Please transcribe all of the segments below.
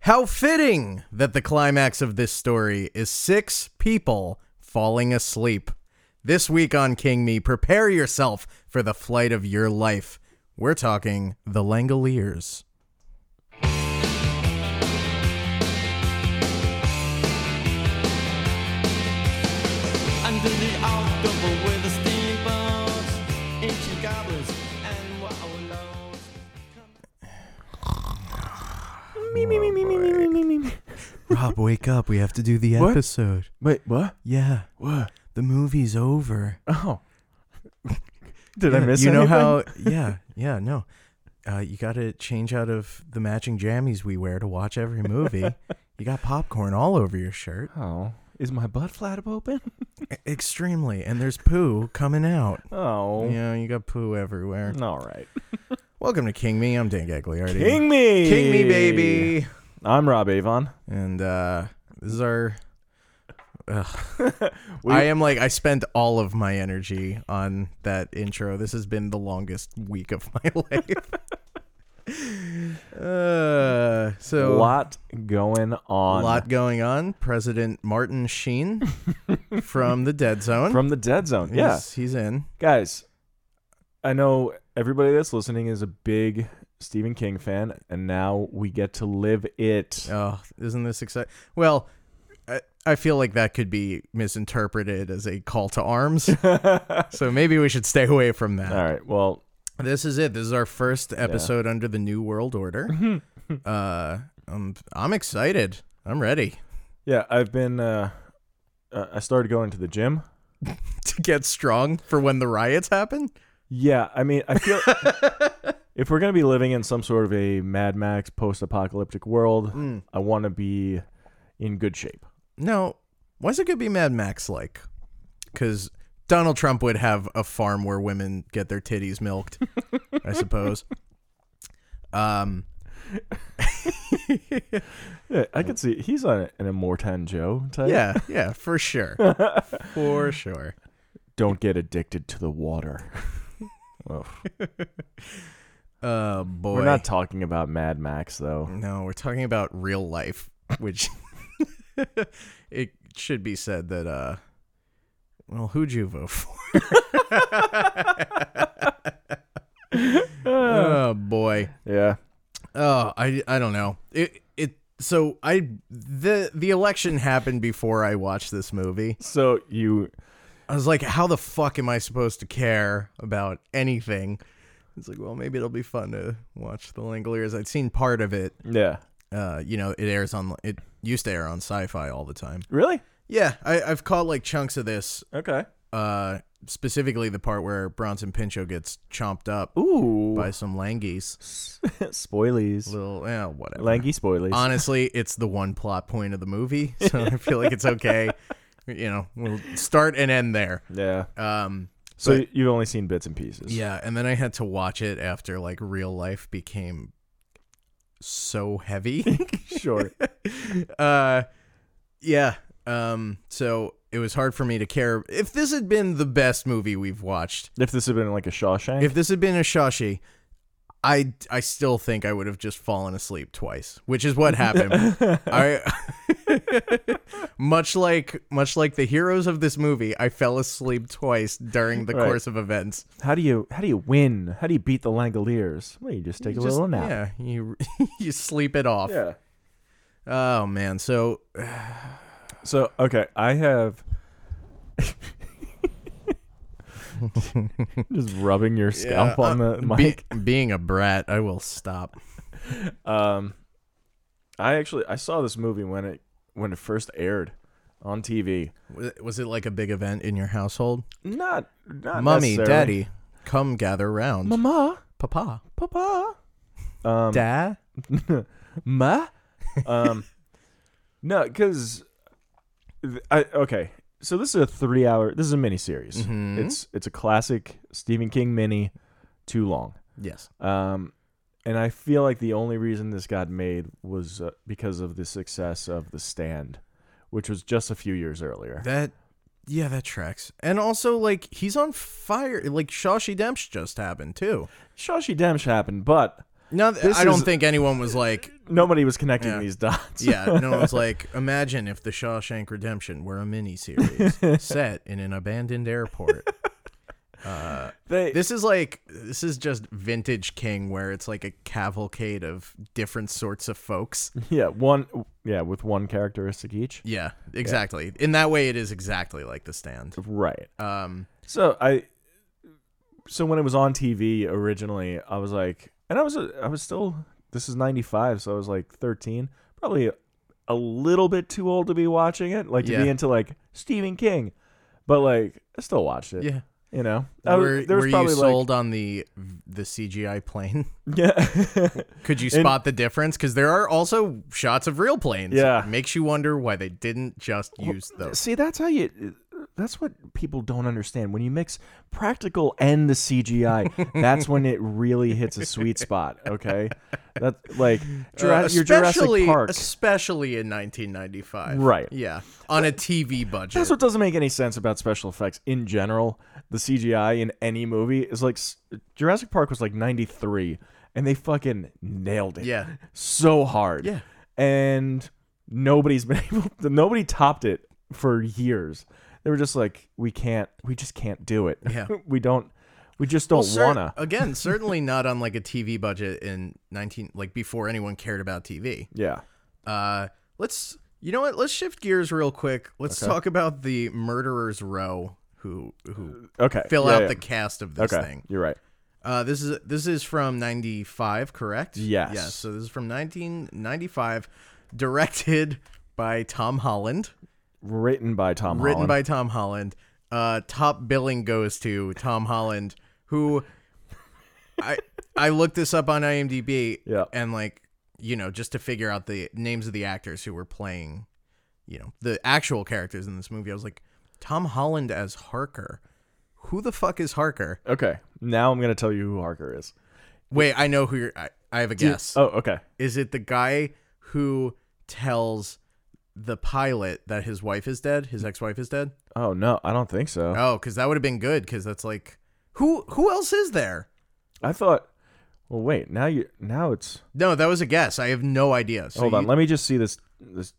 How fitting that the climax of this story is six people falling asleep. This week on King Me, prepare yourself for the flight of your life. We're talking the Langoliers. Under the October with the steamboats, ancient goblins, and wallows. Rob, wake up. We have to do the What? episode. Wait, what? Yeah, What? the movie's over. Oh. Did I Yeah, miss You know anything? how? Yeah, yeah, no. Uh, you got to change out of the matching jammies we wear to watch every movie. you got popcorn all over your shirt. Oh. Is my butt flap open? Extremely, and there's poo coming out. Oh. Yeah, you got poo everywhere. All right. Welcome to King Me. I'm Dan Gagliardi. King me. King Me, baby. I'm Rob Avon. And uh, this is our. Ugh. We- I am like I spent all of my energy on that intro. This has been the longest week of my life. uh, A so lot going on. lot going on. President Martin Sheen from the Dead Zone. from the dead zone. Yeah. He's- he's in. Guys, I know everybody that's listening is a big Stephen King fan, and now we get to live it. Oh, isn't this exciting? Well, I, I feel like that could be misinterpreted as a call to arms. so maybe we should stay away from that. All right. Well, This is it. This is our first episode under the New World Order. uh, I'm, I'm excited. I'm ready yeah, I've been. Uh, uh, I started going to the gym. to get strong for when the riots happen. Yeah, I mean, I feel if we're gonna be living in some sort of a Mad Max post-apocalyptic world, Hmm. I want to be in good shape. No, why is it going to be Mad Max like? Because Donald Trump would have a farm where women get their titties milked, I suppose. Um, Yeah, I could see he's a, an Immortan Joe type. Yeah, yeah, for sure. for sure. don't get addicted to the water. Ugh. Oh boy. Mm. We're not talking about Mad Max though. no, we're talking about real life, which it should be said that uh well, who'd you vote for? oh boy. Yeah, Oh, I I don't know. It it so I the the election happened before I watched this movie. so you I was like, how the fuck am I supposed to care about anything? It's like, well, maybe it'll be fun to watch The Langoliers. I'd seen part of it. yeah Uh, you know, it airs on. It used to air on Sci-Fi all the time. really Yeah, I, I've caught like chunks of this. okay. Uh, specifically the part where Bronson Pinchot gets chomped up Ooh, by some langies. spoilies, Little, yeah, whatever. lanky spoilies. Honestly, it's the one plot point of the movie, so I feel like it's okay. You know, we'll start and end there. yeah. Um, So but- you've only seen bits and pieces. Yeah, and then I had to watch it after like real life became so heavy. sure. uh yeah. Um so it was hard for me to care if this had been the best movie we've watched. If this had been like a Shawshank, If this had been a Shashi, I I still think I would have just fallen asleep twice, which is what happened. I much like much like the heroes of this movie, I fell asleep twice during the Right. course of events. How do you how do you win? How do you beat the Langoliers? Well, you just take a Just- little nap. Yeah, you you sleep it off. Yeah. Oh man, so So okay, I have just rubbing your scalp Yeah, on uh, the be- mic. being a brat, I will stop. um, I actually I saw this movie when it when it first aired on TV. Was it- Was it like a big event in your household? Not not Mummy, necessarily- daddy, come gather round. mama, Papa, papa, um, dad. ma um no because i okay so this is a three hour this is a mini series Mm-hmm. it's it's a classic stephen king mini too long Yes. um and i feel like the only reason this got made was uh, because of the success of the stand which was just a few years earlier That. Yeah, that tracks. And also, like, he's on fire. Like, Shawshy Demps just happened too. Shawshy Demsh happened but No, This I don't is- think anyone was like, Nobody was connecting Yeah. these dots. yeah, no one was like, imagine if The Shawshank Redemption were a miniseries set in an abandoned airport. they, This is like, this is just vintage King, where it's like a cavalcade of different sorts of folks. yeah, one, yeah, with one characteristic each. Yeah, exactly. In that way, it is exactly like The Stand. Right. Um, So I, so when it was on TV originally, I was like, and I was I was still this is '95, so I was like 13, probably a, a little bit too old to be watching it, like to Yeah. be into like Stephen King, but like I still watched it. yeah. You know, I was- Were, uh, there was were you probably like sold on the the CGI plane? yeah, Could you spot the difference? Because there are also shots of real planes. Yeah. makes you wonder why they didn't just use those. See, that's how you. That's what people don't understand. When you mix practical and the CGI, that's when it really hits a sweet spot. Okay, that like Jura- Uh, your Jurassic especially- Park. especially in 1995. Right. Yeah, on a TV budget. That's what doesn't make any sense about special effects in general. The CGI in any movie is like s- Jurassic Park was like '93, and they fucking nailed it. Yeah. so hard. Yeah. and nobody's been able. To, nobody topped it for years. They were just like, we can't. We just can't do it. Yeah. we don't. We just don't Cer- wanna. again, certainly not on like a TV budget in 19 like before anyone cared about TV. yeah. Uh, let's you know what? Let's shift gears real quick. Let's talk about the murderers row who who Okay. fill Uh, Yeah, out yeah. the cast of this okay. thing. You're right. Uh, this is this is from '95, correct? Yes. Yes. So this is from 1995, directed by Tom Holland, Written by Tom. written Holland. by Tom Holland. Uh, top billing goes to Tom Holland, who I I looked this up on IMDb, Yeah. and like you know just to figure out the names of the actors who were playing, you know, the actual characters in this movie. I was like, Tom Holland as Harker. Who the fuck is Harker? Okay. Now I'm gonna tell you who Harker is. Wait, I know who you're. I, I have a guess. Oh, okay. Is it the guy who tells the pilot that his wife is dead, his ex-wife is dead? Oh no, I don't think so. Oh, because that would have been good. Because that's like, who who else is there? I thought. Well, wait. Now you. Now it's. No, that was a guess. I have no idea. So hold on. you- Let me just see this. This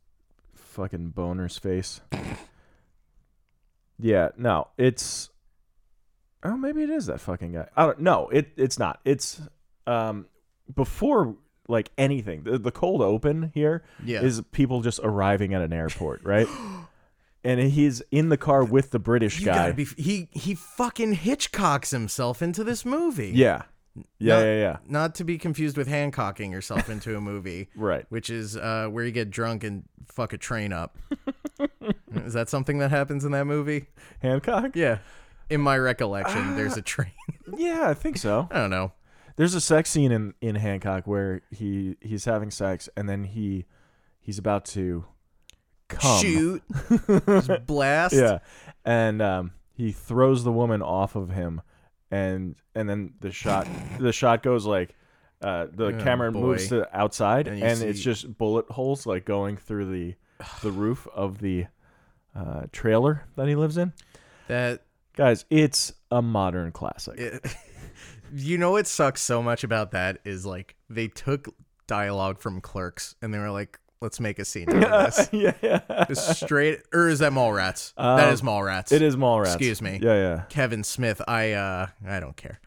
fucking boner's face. yeah. No. It's. Oh, maybe it is that fucking guy. I don't. No. It. It's not. It's. Um. Before like anything, the, the cold open here is Yeah. people just arriving at an airport, right? and he's in the car with the British you guy. gotta be. He he fucking Hitchcocks himself into this movie. yeah. Yeah. Not- yeah. Yeah. Not to be confused with Hancocking yourself into a movie. Right. Which is uh, where you get drunk and fuck a train up. is that something that happens in that movie? Hancock. Yeah. In my recollection, there's Ah. a train. Yeah, I think so. I don't know. There's a sex scene in, in Hancock where he he's having sex and then he he's about to come. Shoot. Just blast. Yeah, and um, he throws the woman off of him, and and then the shot the shot goes like uh, the camera Oh, boy. moves to outside And and, you it's see- just bullet holes like going through the the roof of the uh, trailer that he lives in. That Guys, it's a modern classic. you know what sucks so much about that is like they took dialogue from clerks and they were like, let's make a scene out of this. yeah, yeah. This straight or is that Mallrats? that is Mallrats. Um, It is Mallrats. Excuse me. Yeah, yeah. Kevin Smith, I uh I don't care.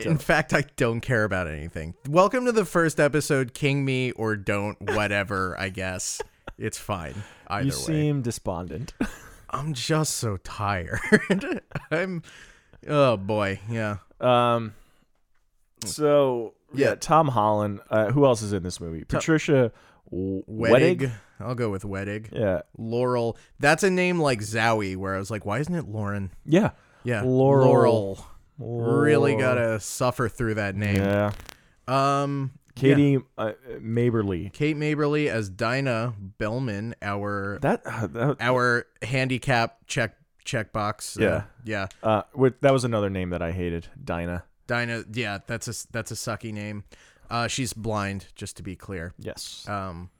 In fact, I don't care about anything. Welcome to the first episode, King Me or Don't, whatever, I guess. It's fine. Either You way. seem despondent. I'm just so tired. I'm oh boy, yeah. Um, so yeah, Yeah. Tom Holland. Uh, who else is in this movie? Patricia W- Wedig. Wedig. I'll go with Wedig. Yeah, Laurel. That's a name like Zowie where I was like, why isn't it Lauren? yeah. Yeah. Laurel. Laurel. Really Laurel. gotta suffer through that name. Yeah, Um Katie yeah. uh, Maberly. Kate Maberly as Dinah Bellman, our That, uh, that our handicap check checkbox. uh, Yeah. yeah. uh, wait, that was another name that I hated. Dinah. Dinah yeah, that's a that's a sucky name. Uh she's blind, just to be clear. Yes. Um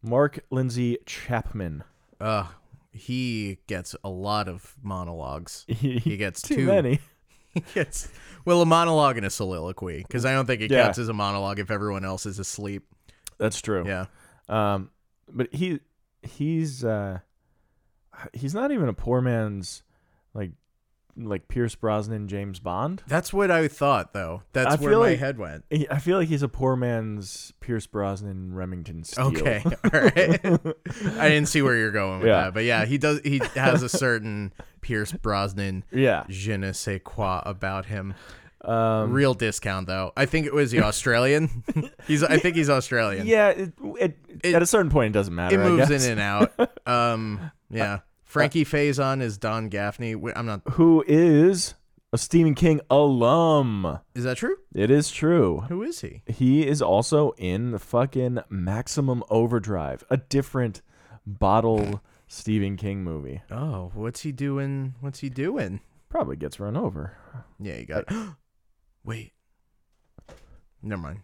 Mark Lindsay Chapman. Uh, he gets a lot of monologues. He gets Too two. many. It's- well, a monologue and a soliloquy, because I don't think it Yeah. counts as a monologue if everyone else is asleep. That's true. Yeah. Um, but he he's uh, he's not even a poor man's like like Pierce Brosnan James Bond. That's what I thought, though. That's I where feel my like- head went. He- I feel like he's a poor man's Pierce Brosnan Remington Steele. Okay, all right. I didn't see where you're going with Yeah. that, but yeah, he does. He has a certain Pierce Brosnan yeah. je ne sais quoi about him. Um, Real discount though. I think it was the Australian. he's. I think he's Australian. yeah. It, it, It- at a certain point, it doesn't matter. it moves I in guess. and out. Um. Yeah. Frankie Faison is Don Gaffney. Wait, I'm not. Who is a Stephen King alum? Is that true? It is true. Who is he? He is also in the fucking Maximum Overdrive, a different bottle Stephen King movie. Oh, what's he doing? What's he doing? Probably gets run over. Yeah, you got. Wait. Never mind.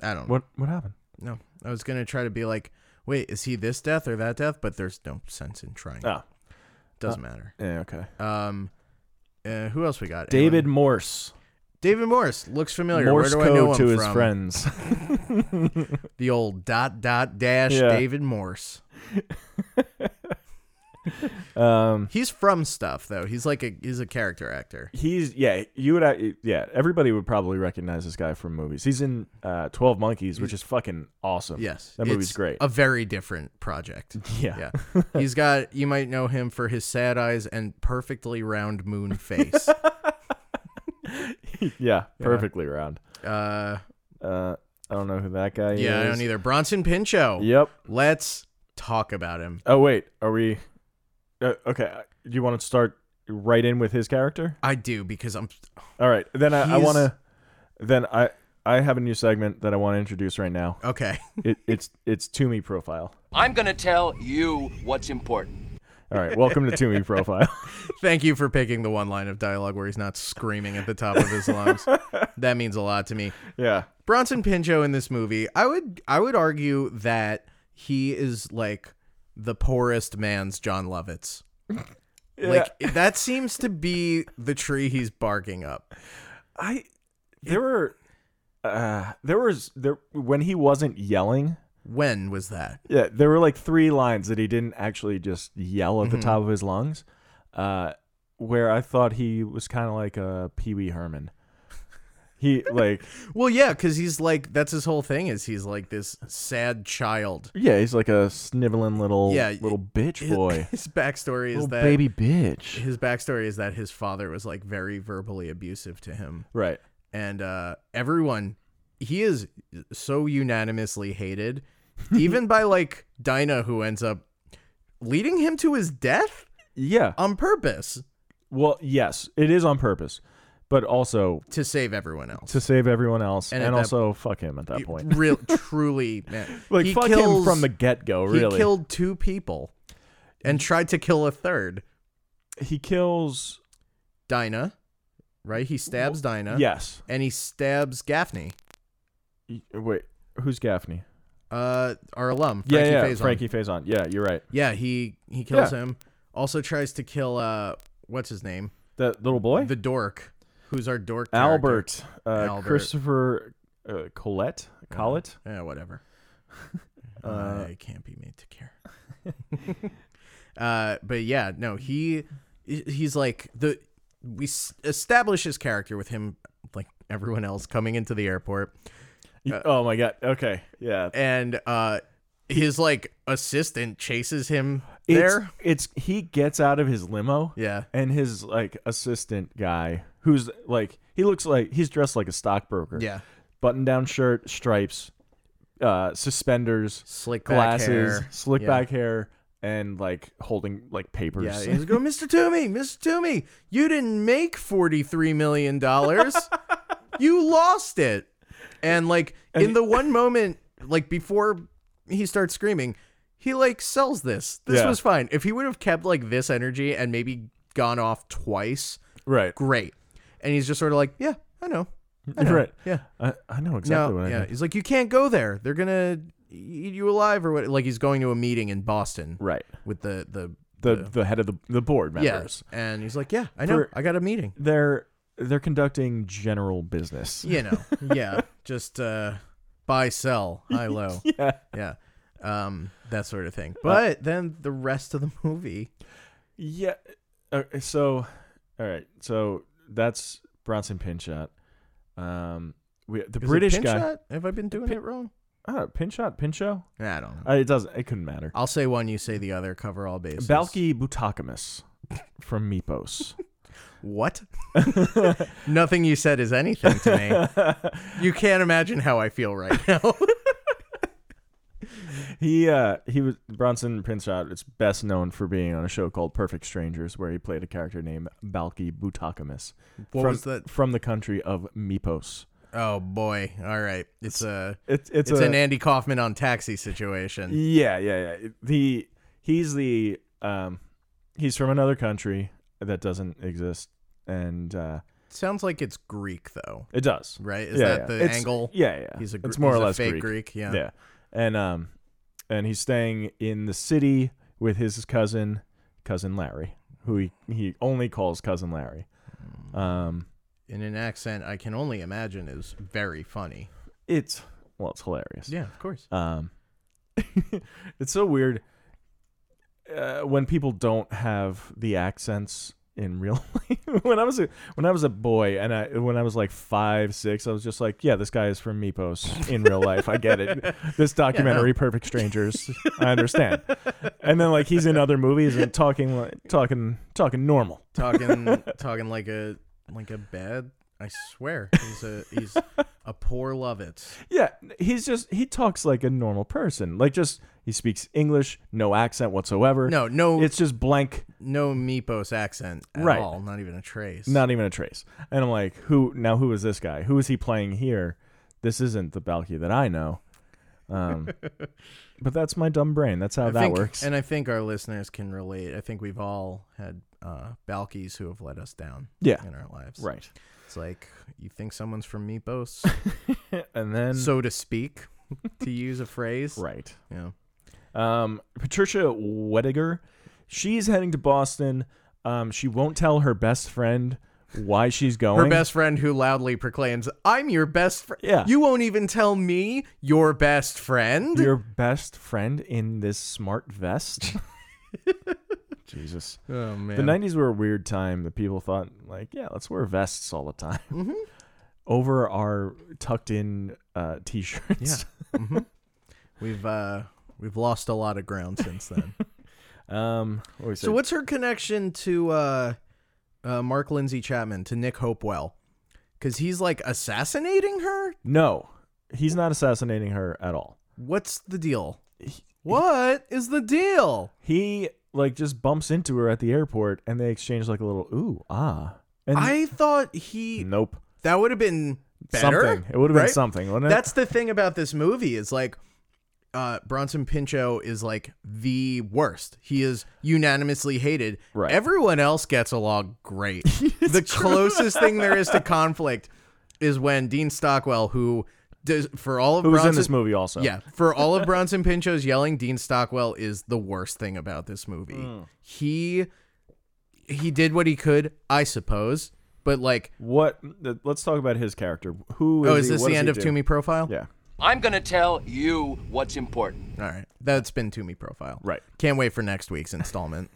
I don't. What what happened? No, I was gonna try to be like, wait, is he this death or that death? But there's no sense in trying. Oh, Doesn't matter. yeah, okay. Um, uh, who else we got? David Anyone? Morse. David Morse looks familiar. Morse Where do I know code him to his from? friends. The old dot dot dash Yeah. David Morse. um, He's from stuff though. He's like a he's a character actor. he's yeah. You would uh, yeah. Everybody would probably recognize this guy from movies. He's in uh, Twelve Monkeys, which is fucking awesome. Yes, that movie's it's great. A very different project. yeah. Yeah, he's got. You might know him for his sad eyes and perfectly round moon face. Yeah, perfectly round. uh, Uh, I don't know who that guy is. yeah, I don't either. Bronson Pinchot. Yep. Let's talk about him. Oh wait, are we? Uh, okay, uh, do you want to start right in with his character? I do because I'm. All right, then I, I He's- want to. Then I I have a new segment that I want to introduce right now. Okay. It, it's it's To Me Profile. I'm gonna tell you what's important. All right, welcome to To Me Profile. Thank you for picking the one line of dialogue where he's not screaming at the top of his lungs. that means a lot to me. yeah, Bronson Pinchot in this movie, I would I would argue that he is like the poorest man's John Lovitz. Like that seems to be the tree he's barking up. I there were uh there was there when he wasn't yelling. When was that? Yeah, there were like three lines that he didn't actually just yell at the top of his lungs, uh, where I thought he was kind of like a Pee Wee Herman. He like Well, yeah, because he's like that's his whole thing is he's like this sad child. yeah, he's like a sniveling little Yeah, little bitch His- boy, His backstory is little that baby bitch. his backstory is that his father was like very verbally abusive to him Right. and uh everyone he is so unanimously hated even by like dinah who ends up leading him to his death Yeah. on purpose Well, yes, it is on purpose, but also to save everyone else to save everyone else, And and, at that- also fuck him at that point. real truly man Like he fuck kills, him from the get go. Really, he killed two people and tried to kill a third He kills. dinah right he stabs dinah Yes. and he stabs gaffney Y- Wait, who's Gaffney? uh our alum Yeah, frankie yeah, Faison. Frankie Faison. Yeah, you're right. Yeah, he he kills Yeah. him. Also tries to kill uh what's his name? That little boy, The dork. Who's our dork? character. Albert, uh, Albert. Uh-huh. Christopher uh, Colette, Collette. Yeah, whatever. Uh, I can't be made to care. uh but yeah, no, he he's like the we s- establish his character with him like everyone else coming into the airport Y- oh my god. Okay. Yeah. and uh his like assistant chases him there. It's, it's he gets out of his limo. Yeah. And his like assistant guy, who's like he looks like he's dressed like a stockbroker. Yeah. Button down shirt, stripes, uh, suspenders, Slick back glasses, hair. slick Yeah. back hair, and like holding like papers. Yeah, he's going, Mr. Toomey, Mr. Toomey, you didn't make forty-three million dollars. you lost it. And like in the one moment, like before he starts screaming, he like sells this. This Yeah. was fine. If he would have kept like this energy and maybe gone off twice, right. great. And he's just sort of like, yeah, I know. I know. Right. Yeah. I, I know exactly no, what I yeah. mean. He's like, you can't go there. They're gonna eat you alive or what? Like he's going to a meeting in Boston Right. with the the the the head of the the board members. Yes. And he's like, yeah, I know. For- I got a meeting. They're they're conducting general business. you know, yeah, just uh, buy, sell, high, low, Yeah. Uh, yeah, um, that sort of thing. But then the rest of the movie, Yeah. Uh, so, all right. So that's Bronson Pinchot. Um, we the Is it British pinch guy. shot? Have I been doing Pin- it wrong? Ah, Pinchot, Pinchot. Nah, I don't know. Uh, it doesn't. It couldn't matter. I'll say one, you say the other. Cover all bases. Balki Butakimus from Meepos. What? Nothing you said is anything to me. You can't imagine how I feel right now. he uh he was Bronson Pinchot is best known for being on a show called Perfect Strangers where he played a character named Balki Butakimus. What from, was that? From the country of Meepos. oh boy. All right. It's a It's it's, it's a, an Andy Kaufman on taxi situation. Yeah, yeah, yeah. The he's the um he's from another country that doesn't exist and uh Sounds like it's Greek though, it does. right? Is yeah, that yeah. the It's- angle? Yeah, yeah. He's a Gr- it's more he's or a less fake Greek, yeah. And um and he's staying in the city with his cousin, cousin Larry, who he, he only calls cousin Larry. Um In an accent I can only imagine is very funny. it's well, it's hilarious. Yeah, of course. Um, it's so weird uh, when people don't have the accents in real life. when I was a when I was a boy, and I when I was like five, six, I was just like, yeah, this guy is from Mipos in real life. I get it. This documentary, Perfect Strangers, I understand. And then like he's in other movies and talking like talking talking normal. Talking talking like a like a bad I swear. He's a he's a poor Lovitz. Yeah, he's just he talks like a normal person. Like just he speaks English, no accent whatsoever. No, no It's just blank no Meepos accent at Right. all. Not even a trace. Not even a trace. And I'm like, who now who is this guy? Who is he playing here? This isn't the Balky that I know. Um, but that's my dumb brain. That's how I that think- works. And I think our listeners can relate. I think we've all had uh, Balkies who have let us down Yeah. in our lives. right. It's like you think someone's from Meepos, And then so to speak, to use a phrase. right. Yeah. Um, Patricia Wediger, she's heading to Boston. Um, she won't tell her best friend why she's going. Her best friend who loudly proclaims, I'm your best friend. Yeah. You won't even tell me your best friend. your best friend in this smart vest. Jesus. oh, man. The nineties were a weird time that people thought like, yeah, let's wear vests all the time. Mm-hmm. Over our tucked in uh, t shirts. We've, uh, we've lost a lot of ground since then. Um what was so, it? what's her connection to uh, uh, Mark Lindsay Chapman, to Nick Hopewell? Because he's like assassinating her? No. He's not assassinating her at all. What's the deal? What is the deal? He like just bumps into her at the airport and they exchange like a little ooh, ah. And I thought he Nope. that would have been better. Something. It would have been right? something, wouldn't it? That's the thing about this movie is like uh, Bronson Pinchot is like the worst. He is unanimously hated. Right. Everyone else gets along great. the closest thing there is to conflict is when Dean Stockwell, who does for all of who was Bronson, in this movie also. Yeah, for all of Bronson Pinchot's yelling, Dean Stockwell is the worst thing about this movie. Hmm. He he did what he could, I suppose, but like, What let's talk about his character. Who is oh, is he? this What the does end he of do? Toomey Profile? Yeah. I'm gonna tell you what's important. All right, that's been Toomey Profile. Right. Can't wait for next week's installment.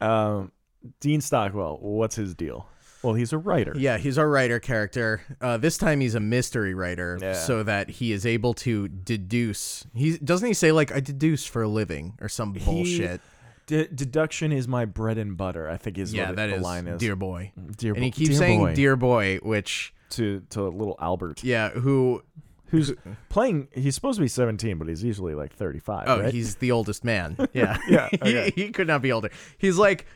Um, Dean Stockwell, what's his deal? Well, he's a writer. yeah, he's our writer character. Uh, this time he's a mystery writer, Yeah. so that he is able to deduce. He doesn't he say like I deduce for a living or some bullshit. De- deduction is my bread and butter. I think is yeah, what that the is line is. dear boy. Dear and he bo- keeps dear saying boy. dear boy, which to to little Albert, yeah, who who's playing. He's supposed to be seventeen, but he's usually like thirty-five. Oh, right? he's the oldest man. Yeah. Yeah, He- okay. he, could not be older. He's like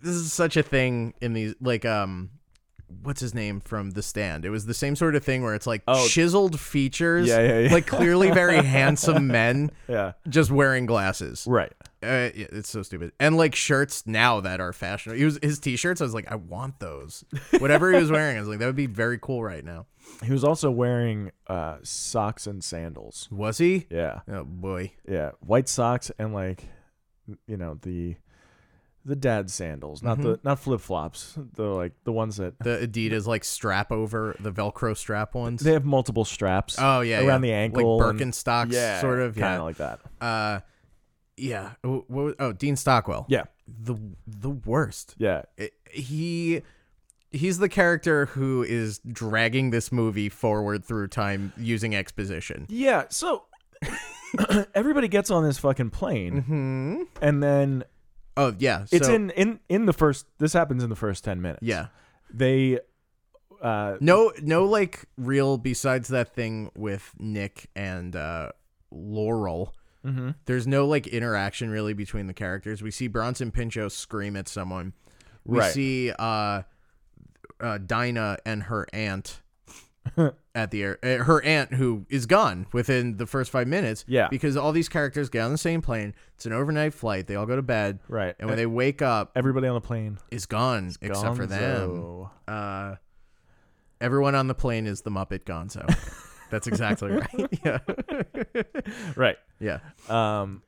this is such a thing in these like um what's his name from the stand? It was the same sort of thing where it's like chiseled features. Oh. Yeah, yeah, yeah. Like clearly very handsome men yeah, just wearing glasses. right. Uh, yeah, it's so stupid. And like shirts now that are fashionable. He was his t-shirts. I was like, I want those. Whatever he was wearing, I was like, that would be very cool right now. He was also wearing uh, socks and sandals. Was he? Yeah, Oh boy. yeah, white socks and like, you know the the dad sandals, not the not flip flops. The like the ones that Mm-hmm. The Adidas like strap over the Velcro strap ones. they have multiple straps. oh yeah, around yeah. the ankle, like and- Birkenstocks, yeah, sort of. kind Yeah, of like that. uh, yeah. Oh, What was, oh, Dean Stockwell. Yeah, the the worst. yeah, it- he he's the character who is dragging this movie forward through time using exposition. yeah. So everybody gets on this fucking plane, Hmm. and then Oh yeah, it's so- in in in the first. This happens in the first ten minutes. yeah. they. Uh, No, no, like real besides that thing with Nick and uh, Laurel. mhm. There's no like interaction really between the characters. We see Bronson Pinchot scream at someone. We Right. see uh, uh, Dinah and her aunt at the air. Uh, her aunt who is gone within the first five minutes. Yeah. because all these characters get on the same plane. It's an overnight flight. They all go to bed. Right. and when they wake up, Everybody on the plane, it's gone except for them Gonzo. uh, everyone on the plane is the Muppet Gonzo. That's exactly right. Yeah. Right. Yeah. Um,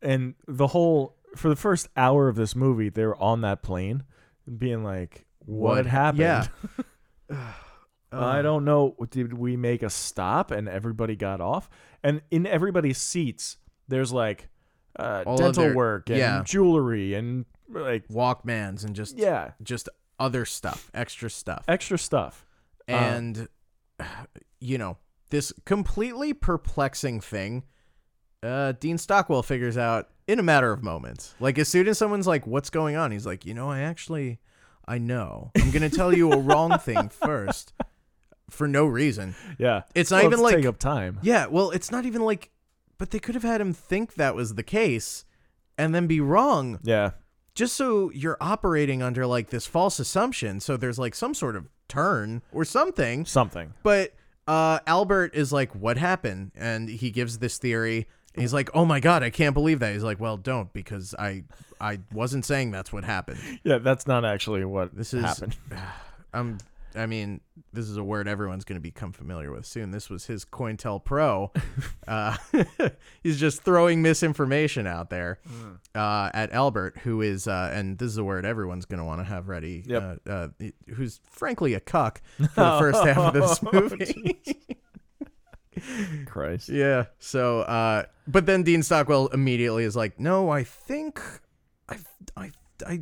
and the whole for the first hour of this movie, they were on that plane, being like, "What, happened? Yeah. I don't know. Did we make a stop and everybody got off? And in everybody's seats, there's like uh, All of dental their- work and yeah. jewelry and like Walkmans and just yeah, Uh, just other stuff, extra stuff. extra stuff. and you know, this completely perplexing thing uh Dean Stockwell figures out in a matter of moments. Like as soon as someone's like what's going on, he's like, "You know, I actually I know. I'm going to tell you a wrong thing first for no reason." Yeah, It's not Well, even it's like- take up time. Yeah, well, it's not even like, but they could have had him think that was the case and then be wrong Yeah, just so you're operating under like this false assumption. So there's like some sort of turn or something. something. But uh, Albert is like, what happened? And he gives this theory. And He's like, oh my god, I can't believe that. He's like, well, don't because I, I wasn't saying that's what happened. Yeah, that's not actually what This is happened. I'm I mean, this is a word everyone's going to become familiar with soon. This was his Cointel Pro. uh, he's just throwing misinformation out there Hmm. uh, at Albert, who is, uh, and this is a word everyone's going to want to have ready, Yep. uh, uh, who's frankly a cuck for the first half of this Oh, movie. Christ. yeah. So, uh, but then Dean Stockwell immediately is like, "No, I think, I, I, I."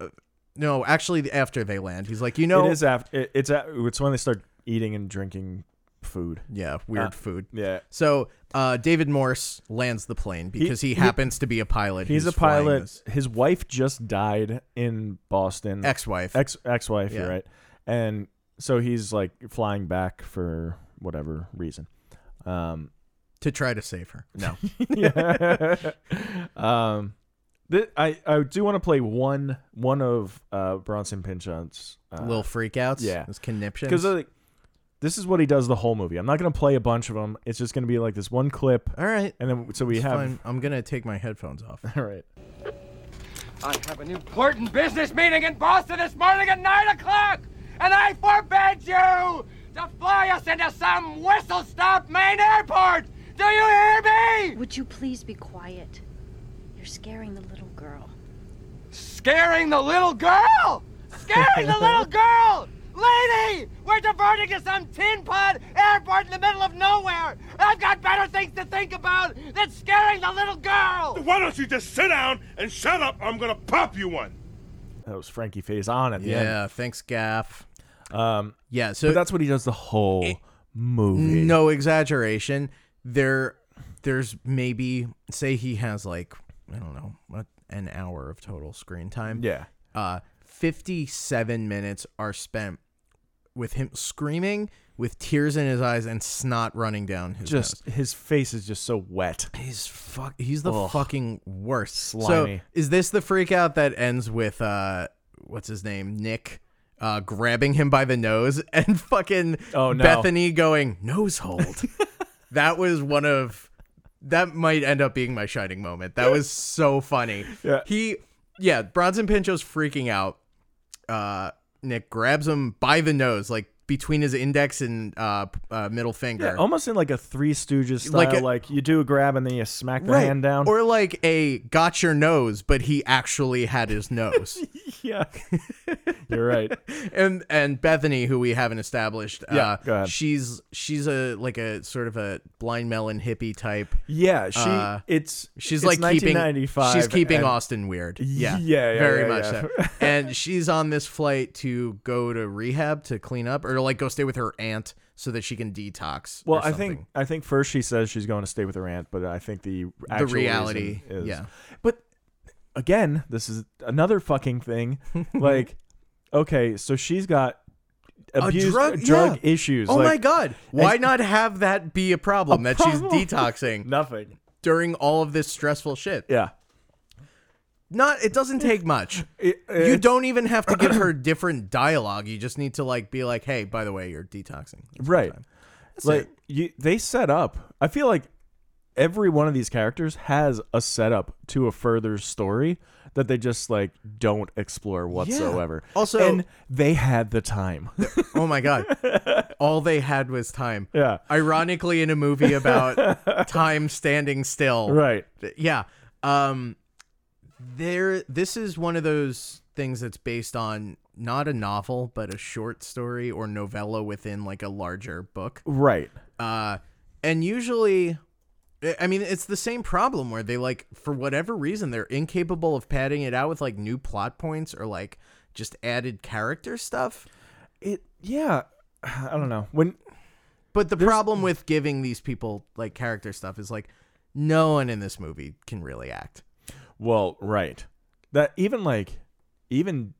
uh, no, actually, after they land, he's like, you know, It is after. It, it's a it's when they start eating and drinking food. Yeah, weird Uh, food. Yeah, So uh, David Morse lands the plane because he, he- happens to be a pilot. he's who's a flying pilot. this- His wife just died in Boston. Ex-wife. ex ex wife. Yeah. You're right. And so he's like flying back for whatever reason. Um, to try to save her. No. yeah. um, th- I I do want to play one one of uh Bronson Pinchot's uh, Little freakouts. yeah. Those conniptions. because like this is what he does the whole movie. I'm not gonna play a bunch of them. It's just gonna be like this one clip, All right. and then so we it's have fine. I'm going to take my headphones off. all right. I have an important business meeting in Boston this morning at 9 o'clock, and I forbid you to fly us into some whistle stop main airport! Do you hear me? Would you please be quiet? You're scaring the little girl. Scaring the little girl! Scaring the little girl! Lady! We're diverting to some tin pod airport in the middle of nowhere! I've got better things to think about than scaring the little girl! Why don't you just sit down and shut up? or I'm gonna pop you one. That was Frankie Faison on at the Yeah. end. Thanks, Gaff. Um, Yeah. So but that's what he does the whole movie. no exaggeration. There, there's maybe say he has like I don't know what, an hour of total screen time. Yeah. uh, 57 minutes are spent with him screaming with tears in his eyes and snot running down his Just his face is just so wet. nose. He's fuck he's the Ugh. fucking worst. Slimy. So is this the freak out that ends with uh what's his name? Nick uh grabbing him by the nose and fucking Oh, no. Bethany going nose hold. that was one of that might end up being my shining moment. That was so funny. Yeah. He yeah, Bronson Pinchot's freaking out uh, Nick grabs him by the nose, like between his index and uh, p- uh, middle finger. Almost in like a Three Stooges style, Like like, a- you do a grab and then you smack the hand down. Or like a got your nose, but he actually had his nose. yeah, you're right. and and Bethany, who we haven't established, Yeah, go uh, ahead. she's she's a like a sort of a blind melon hippie type. Yeah, she. Uh, it's She's it's like keeping 1995. she's keeping and- Austin weird. Yeah, Yeah, yeah, very yeah, much yeah. so. and she's on this flight to go to rehab to clean up, or like go stay with her aunt so that she can detox. Well, or I something. think I think first she says she's going to stay with her aunt, but I think the actual reason reality, is, yeah. But again, this is another fucking thing. like, okay, so she's got abused drug- drug yeah. issues. Oh like, my god! Why and- not have that be a problem that problem. she's detoxing nothing. during all of this stressful shit? Yeah, Not it doesn't take much. It- you it's- don't even have to give her different dialogue. You just need to like be like, "Hey, by the way, you're detoxing." That's right. fine. Like you, they set up. I feel like every one of these characters has a setup to a further story that they just like don't explore whatsoever. Also- and they had the time. Oh my god. All they had was time. Yeah. Ironically in a movie about time standing still. right. Yeah. Um there this is one of those things that's based on not a novel but a short story or novella within like a larger book. Right. Uh, and usually, I- I mean, it's the same problem where they like, for whatever reason, they're incapable of padding it out with like new plot points or like just added character stuff. it yeah i don't know when But the problem with giving these people like character stuff is like, no one in this movie can really act. well right that even like even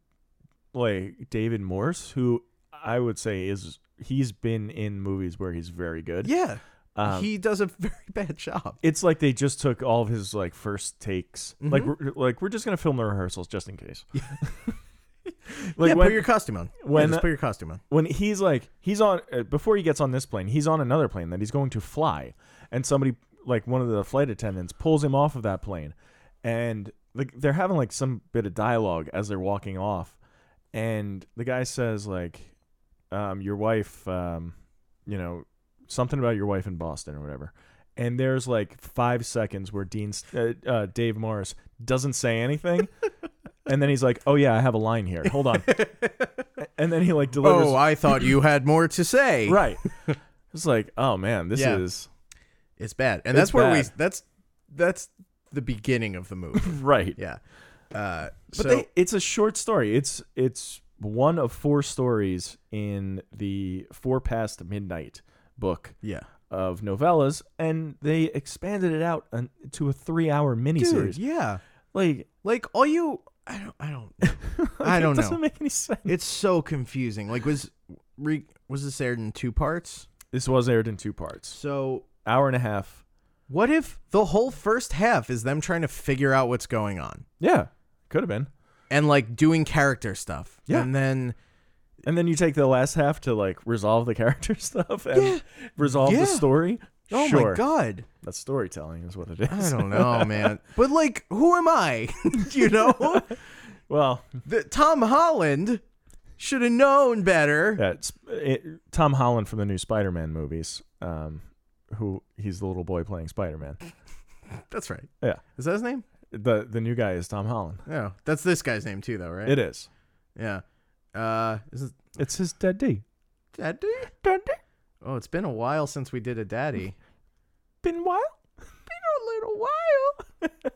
like david morse who i would say is he's been in movies where he's very good Yeah. Um, he does a very bad job. it's like they just took all of his like first takes like Mm-hmm. we're, like we're just gonna film the rehearsals just in case like yeah, when, put your costume on. Yeah, when- just put your costume on. when he's like he's on uh, before he gets on this plane he's on another plane that he's going to fly and somebody like one of the flight attendants pulls him off of that plane and like they're having like some bit of dialogue as they're walking off and the guy says like um, your wife um, you know something about your wife in boston or whatever and there's like five seconds where Dean, uh, uh, Dave Morris doesn't say anything, and then he's like, "Oh yeah, I have a line here. Hold on," and then he like delivers. Oh, I thought you had more to say. Right. it's like, oh man, this Yeah. is It's bad. And It's that's where we bad. that's that's the beginning of the movie. right. yeah. Uh But they, it's a short story. It's it's one of four stories in the Four Past Midnight book yeah. of novellas, and they expanded it out an, to a three-hour miniseries. Dude, yeah. Like, Like all you I don't I don't know. I don't it doesn't know. make any sense. it's so confusing. Like was re, was this aired in two parts? This was aired in two parts, So hour and a half. what if the whole first half is them trying to figure out what's going on Yeah, could have been. and like doing character stuff. Yeah. And then And then you take the last half to like resolve the character stuff and resolve Yeah. the story. oh sure. my god. That's storytelling, is what it is. I don't know, man. But like who am I? you know? Well, The, Tom Holland should have known better. yeah, it's, it, eh, Tom Holland from the new Spider-Man movies, um, who he's the little boy playing Spider-Man. That's right. Yeah, Is that his name? the the new guy is Tom Holland. No. That's this guy's name too though, right? It is. Yeah. Uh is it It's his daddy. Daddy? Daddy, Oh, it's been a while since we did a daddy. been while, been a little while.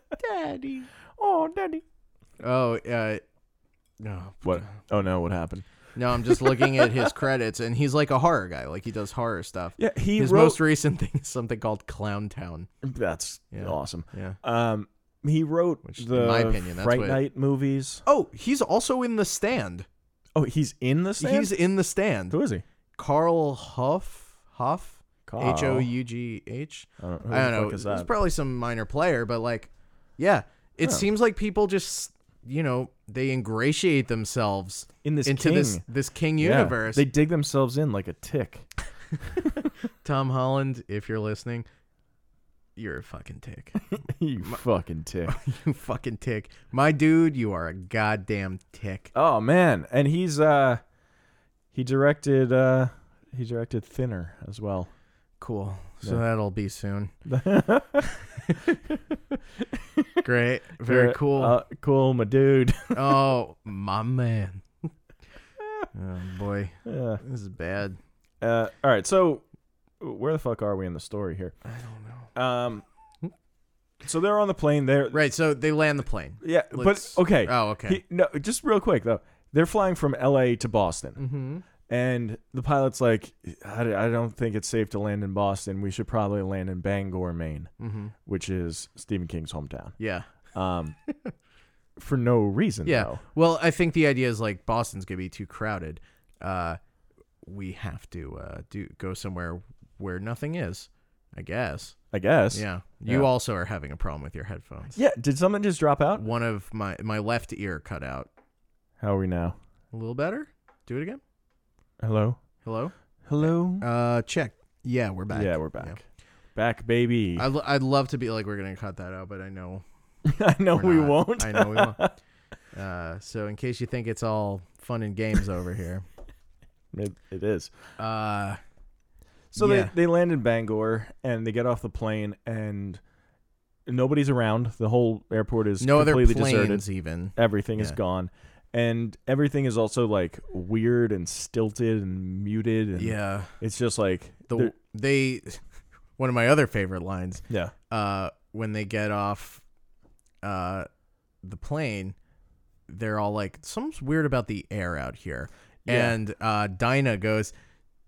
daddy, oh daddy. Oh, uh, no. What? Oh no, what happened? No, I'm just looking at his credits, and he's like a horror guy. Like he does horror stuff. Yeah, he his wrote- most recent thing is something called Clown Town. That's Yeah. awesome. Yeah. Um, he wrote Which, in the my opinion, that's Fright what- Night movies. Oh, he's also in The Stand. Oh, he's in the stand. He's in The Stand. who is he? Carl Huff Huff Carl. H O U G H. I don't know. don't Who the know. fuck is He's that? probably some minor player, but like, yeah, it seems like people just you know they ingratiate themselves In this into this King. this King Yeah. universe. They dig themselves in like a tick. Tom Holland, if you're listening, you're a fucking tick. you fucking tick. you fucking tick. My dude, you are a goddamn tick. Oh man, and he's uh He directed uh he directed Thinner as well. Cool. So that'll be soon. Great. Very Uh, cool. uh, cool, my dude. oh, my man. oh, boy. yeah. This is bad. Uh, all right, so where the fuck are we in the story here? I don't know. Um, so they're on the plane. They're Right. So they land the plane. yeah, let's- but okay. Oh, okay. He- no, just real quick though. They're flying from L.A. to Boston, mm-hmm. and the pilot's like, I, I don't think it's safe to land in Boston. We should probably land in Bangor, Maine, Mm-hmm. which is Stephen King's hometown." Yeah. Um, for no reason. Yeah. though. Well, I think the idea is like Boston's gonna be too crowded. Uh, we have to uh, do go somewhere where nothing is. I guess. I guess. Yeah. You Yeah. also are having a problem with your headphones. Yeah. Did something just drop out? One of my my left ear cut out. How are we now? A little better. Do it again. Hello. Hello. Hello. Uh, check. Yeah, we're back. Yeah, we're Yeah. Uh, back. Back, baby. I l- I'd love to be like we're gonna cut that out, but I know I know we're we not. won't. I know we won't. Uh, so in case you think it's all fun and games over here, It, it is. uh, So Yeah. they, they land in Bangor and they get off the plane and nobody's around. The whole airport is no other planes completely deserted. even. Everything is Yeah. gone. And everything is also like weird and stilted and muted. And Yeah, It's just like. the they're- they one of my other favorite lines yeah. uh, when they get off uh, the plane, they're all like, "Something's weird about the air out here," Yeah. and uh, Dinah goes,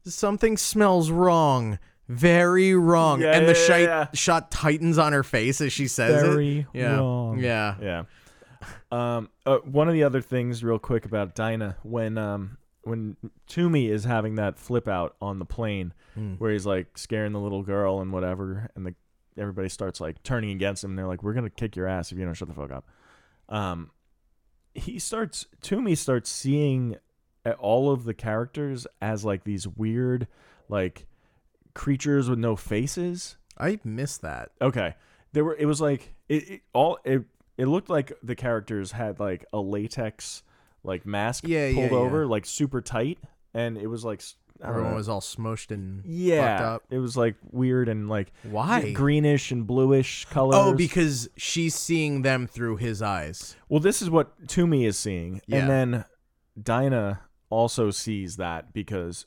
"Something smells wrong." Very wrong, Yeah, and the yeah, shite, yeah, yeah. shot tightens on her face as she says Very it. Yeah, wrong. yeah, Yeah. Um, uh, one of the other things, real quick, about Dinah when um when Toomey is having that flip out on the plane, where he's like scaring the little girl and whatever, and the everybody starts like turning against him. And they're like, "We're gonna kick your ass if you don't shut the fuck up." Um, he starts Toomey starts seeing a- all of the characters as like these weird like creatures with no faces. I miss that. Okay. There were it was like it, it all it it looked like the characters had like a latex like mask Yeah, pulled yeah, over yeah. like super tight and it was like s- I don't Everyone know. was all smushed and fucked yeah, up. it was like weird and like Why? greenish and bluish colors. Oh, because she's seeing them through his eyes. well, this is what Toomey is seeing, Yeah. and then Dinah also sees that because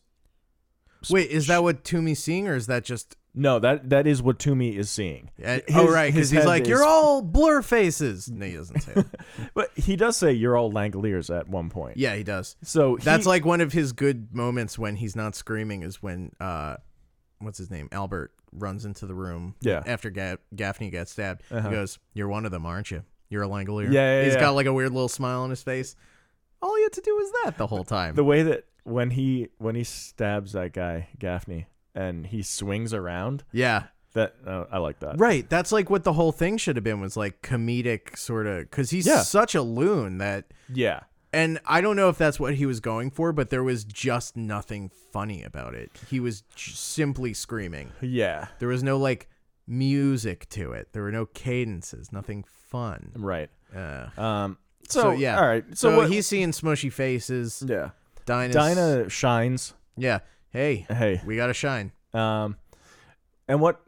Wait, is that what Toomey's seeing, or is that just? no, that that is what Toomey is seeing. Uh, His- oh, right, his because he's head like, is- "You're all blur faces." No, he doesn't say that. but he does say you're all Langoliers at one point. yeah, he does. so That's he- like one of his good moments when he's not screaming is when, uh, what's his name, Albert runs into the room. Yeah. Uh-huh. After Ga- Gaffney gets stabbed, he goes, "You're one of them, aren't you? You're a Langolier." Yeah, yeah, He's yeah. got like a weird little smile on his face. All he had to do was that the whole time. the way that when he when he stabs that guy Gaffney and he swings around yeah. that uh, I like that. Right. That's like what the whole thing should have been was like comedic sort of because he's Yeah. such a loon that, Yeah. and I don't know if that's what he was going for, but there was just nothing funny about it. He was j- simply screaming. Yeah. There was no like music to it. There were no cadences. Nothing fun. Right. Uh, Um so, so, yeah. all right. So, So, what, he's seeing smushy faces. yeah. Dinah's, Dinah shines. Yeah. Hey. Hey. We gotta shine. Um and what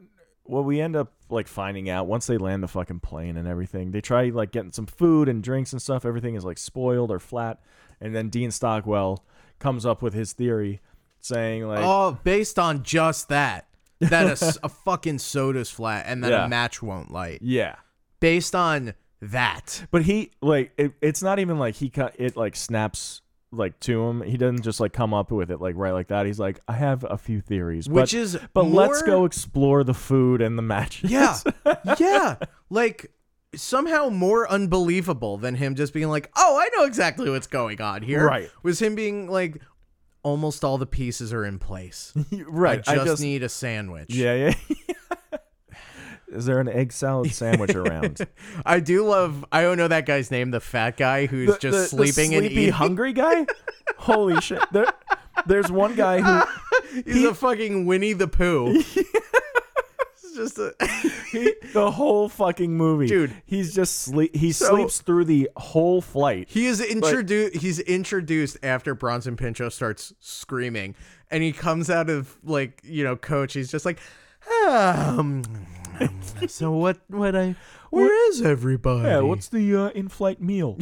what we end up like finding out once they land the fucking plane and everything. They try like getting some food and drinks and stuff. Everything is like spoiled or flat. And then Dean Stockwell comes up with his theory saying like Oh, based on just that. That a, s- a fucking soda's flat and that Yeah. a match won't light. yeah. based on that. But he like it, it's not even like he cut it like snaps like to him. He doesn't just like come up with it like right like that. He's like, I have a few theories, Which but- is but let's more- go explore the food and the matches. Yeah. yeah. Like somehow more unbelievable than him just being like, "Oh, I know exactly what's going on here." Right. Was him being like almost all the pieces are in place. right. I just need a sandwich. yeah yeah. Is there an egg salad sandwich around? I do love I don't know that guy's name, the fat guy who's The- just the- the sleeping and sleepy eating. hungry guy. Holy shit! There, there's one guy who He's a fucking Winnie the Pooh. He's just a the whole fucking movie, Dude. He's just sleep. He So- sleeps through the whole flight. He is introduced. he's introduced after Bronson Pinchot starts screaming, and he comes out of like you know, coach. He's just like, um, so what? What I? Where is everybody? yeah, what's the uh, in-flight meal?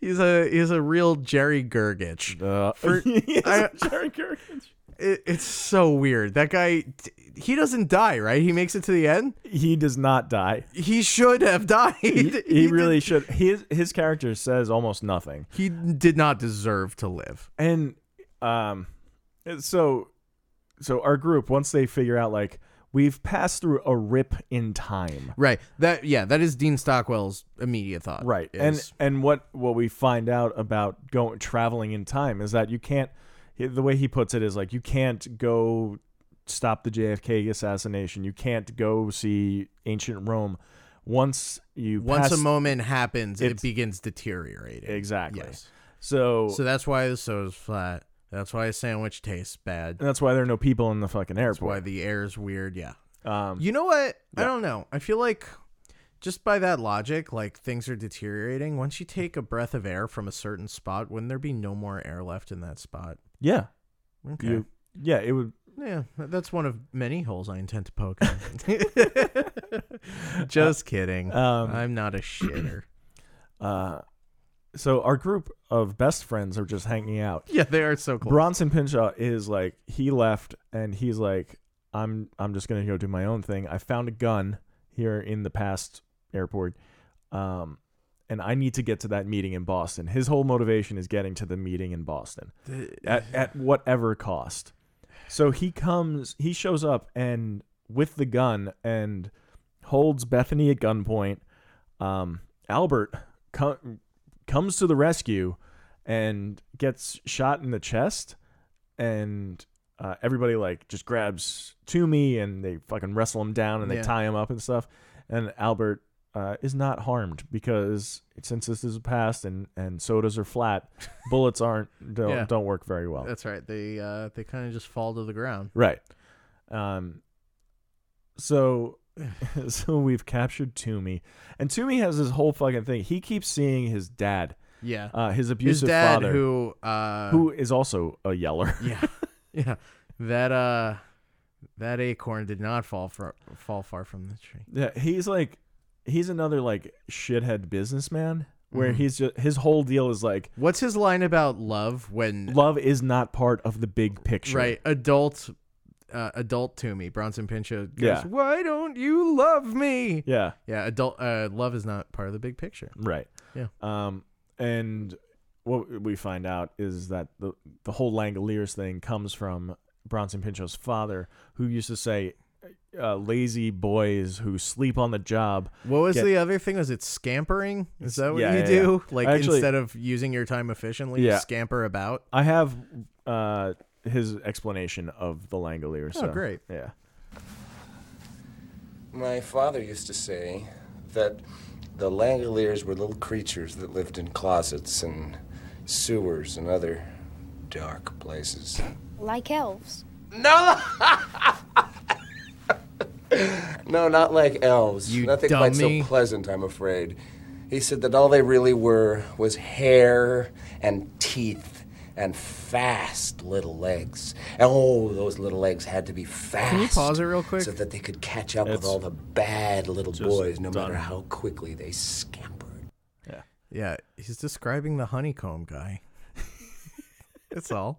He's a he's a real Jerry Gergich. Uh, For- I- Jerry Gergens. It, it's so weird. That guy, he doesn't die, right? He makes it to the end. he does not die. He should have died. He, he did- really should. His his character says almost nothing, he did not deserve to live. and um, so so our group once they figure out like we've passed through a rip in time, Right. That yeah. That is Dean Stockwell's immediate thought. right Uh, is- and and what what we find out about going traveling in time is that you can't the way he puts it is like you can't go stop the JFK assassination you can't go see ancient Rome once you once pass- a moment happens, it it's- begins deteriorating. exactly Yes. so, So that's why the soda's flat. That's why a sandwich tastes bad. and that's why there are no people in the fucking That's why airport the air's weird. Yeah. um You know what? I Yeah. don't know. I feel like just by that logic, like things are deteriorating. Once you take a breath of air from a certain spot, wouldn't there be no more air left in that spot? yeah Okay. you yeah it would Yeah, that's one of many holes I intend to poke. in. Just kidding. um, I'm not a shitter. uh so our group of best friends are just hanging out yeah, they are so close. Bronson Pinchot is like he left and he's like I'm I'm just gonna go do my own thing. I found a gun here in the past airport, um, and I need to get to that meeting in Boston. His whole motivation is getting to the meeting in Boston at at whatever cost. So he comes, he shows up and with the gun and holds Bethany at gunpoint. Um, Albert com- comes to the rescue and gets shot in the chest and uh, everybody like just grabs to me and they fucking wrestle him down and they Yeah. tie him up and stuff and albert uh, is not harmed because since this is the past and and sodas are flat bullets aren't don't, Yeah. don't work very well That's right. They uh, they kind of just fall to the ground. right um so so we've captured Toomey, and Toomey has this whole fucking thing. He keeps seeing his dad, Yeah, uh, his abusive his dad father, who uh, who is also a yeller. yeah yeah that uh that acorn did not fall far fall far from the tree. Yeah, he's like he's another like shithead businessman where Mm-hmm. he's just his whole deal is like What's his line about love when love is not part of the big picture. right adult uh, adult to me Bronson Pinchot goes Yeah. why don't you love me Yeah. yeah adult uh, love is not part of the big picture Right. Yeah. Um and what we find out is that the the whole Langoliers thing comes from Bronson Pinchot's father who used to say uh, lazy boys who sleep on the job. what was Get- the other thing was it scampering is that what Yeah, you yeah, do yeah. like Actually- instead of using your time efficiently you Yeah. scamper about I have uh his explanation of the Langoliers. Oh, so, great. Yeah. My father used to say that the Langoliers were little creatures that lived in closets and sewers and other dark places. Like elves. No! no, not like elves. You Nothing quite dummy. so pleasant, I'm afraid. He said that all they really were was hair and teeth and fast little legs. And oh, those little legs had to be fast. you pause it real quick? So that they could catch up It's with all the bad little just boys, no done. matter how quickly they scampered. yeah he's describing the honeycomb guy that's all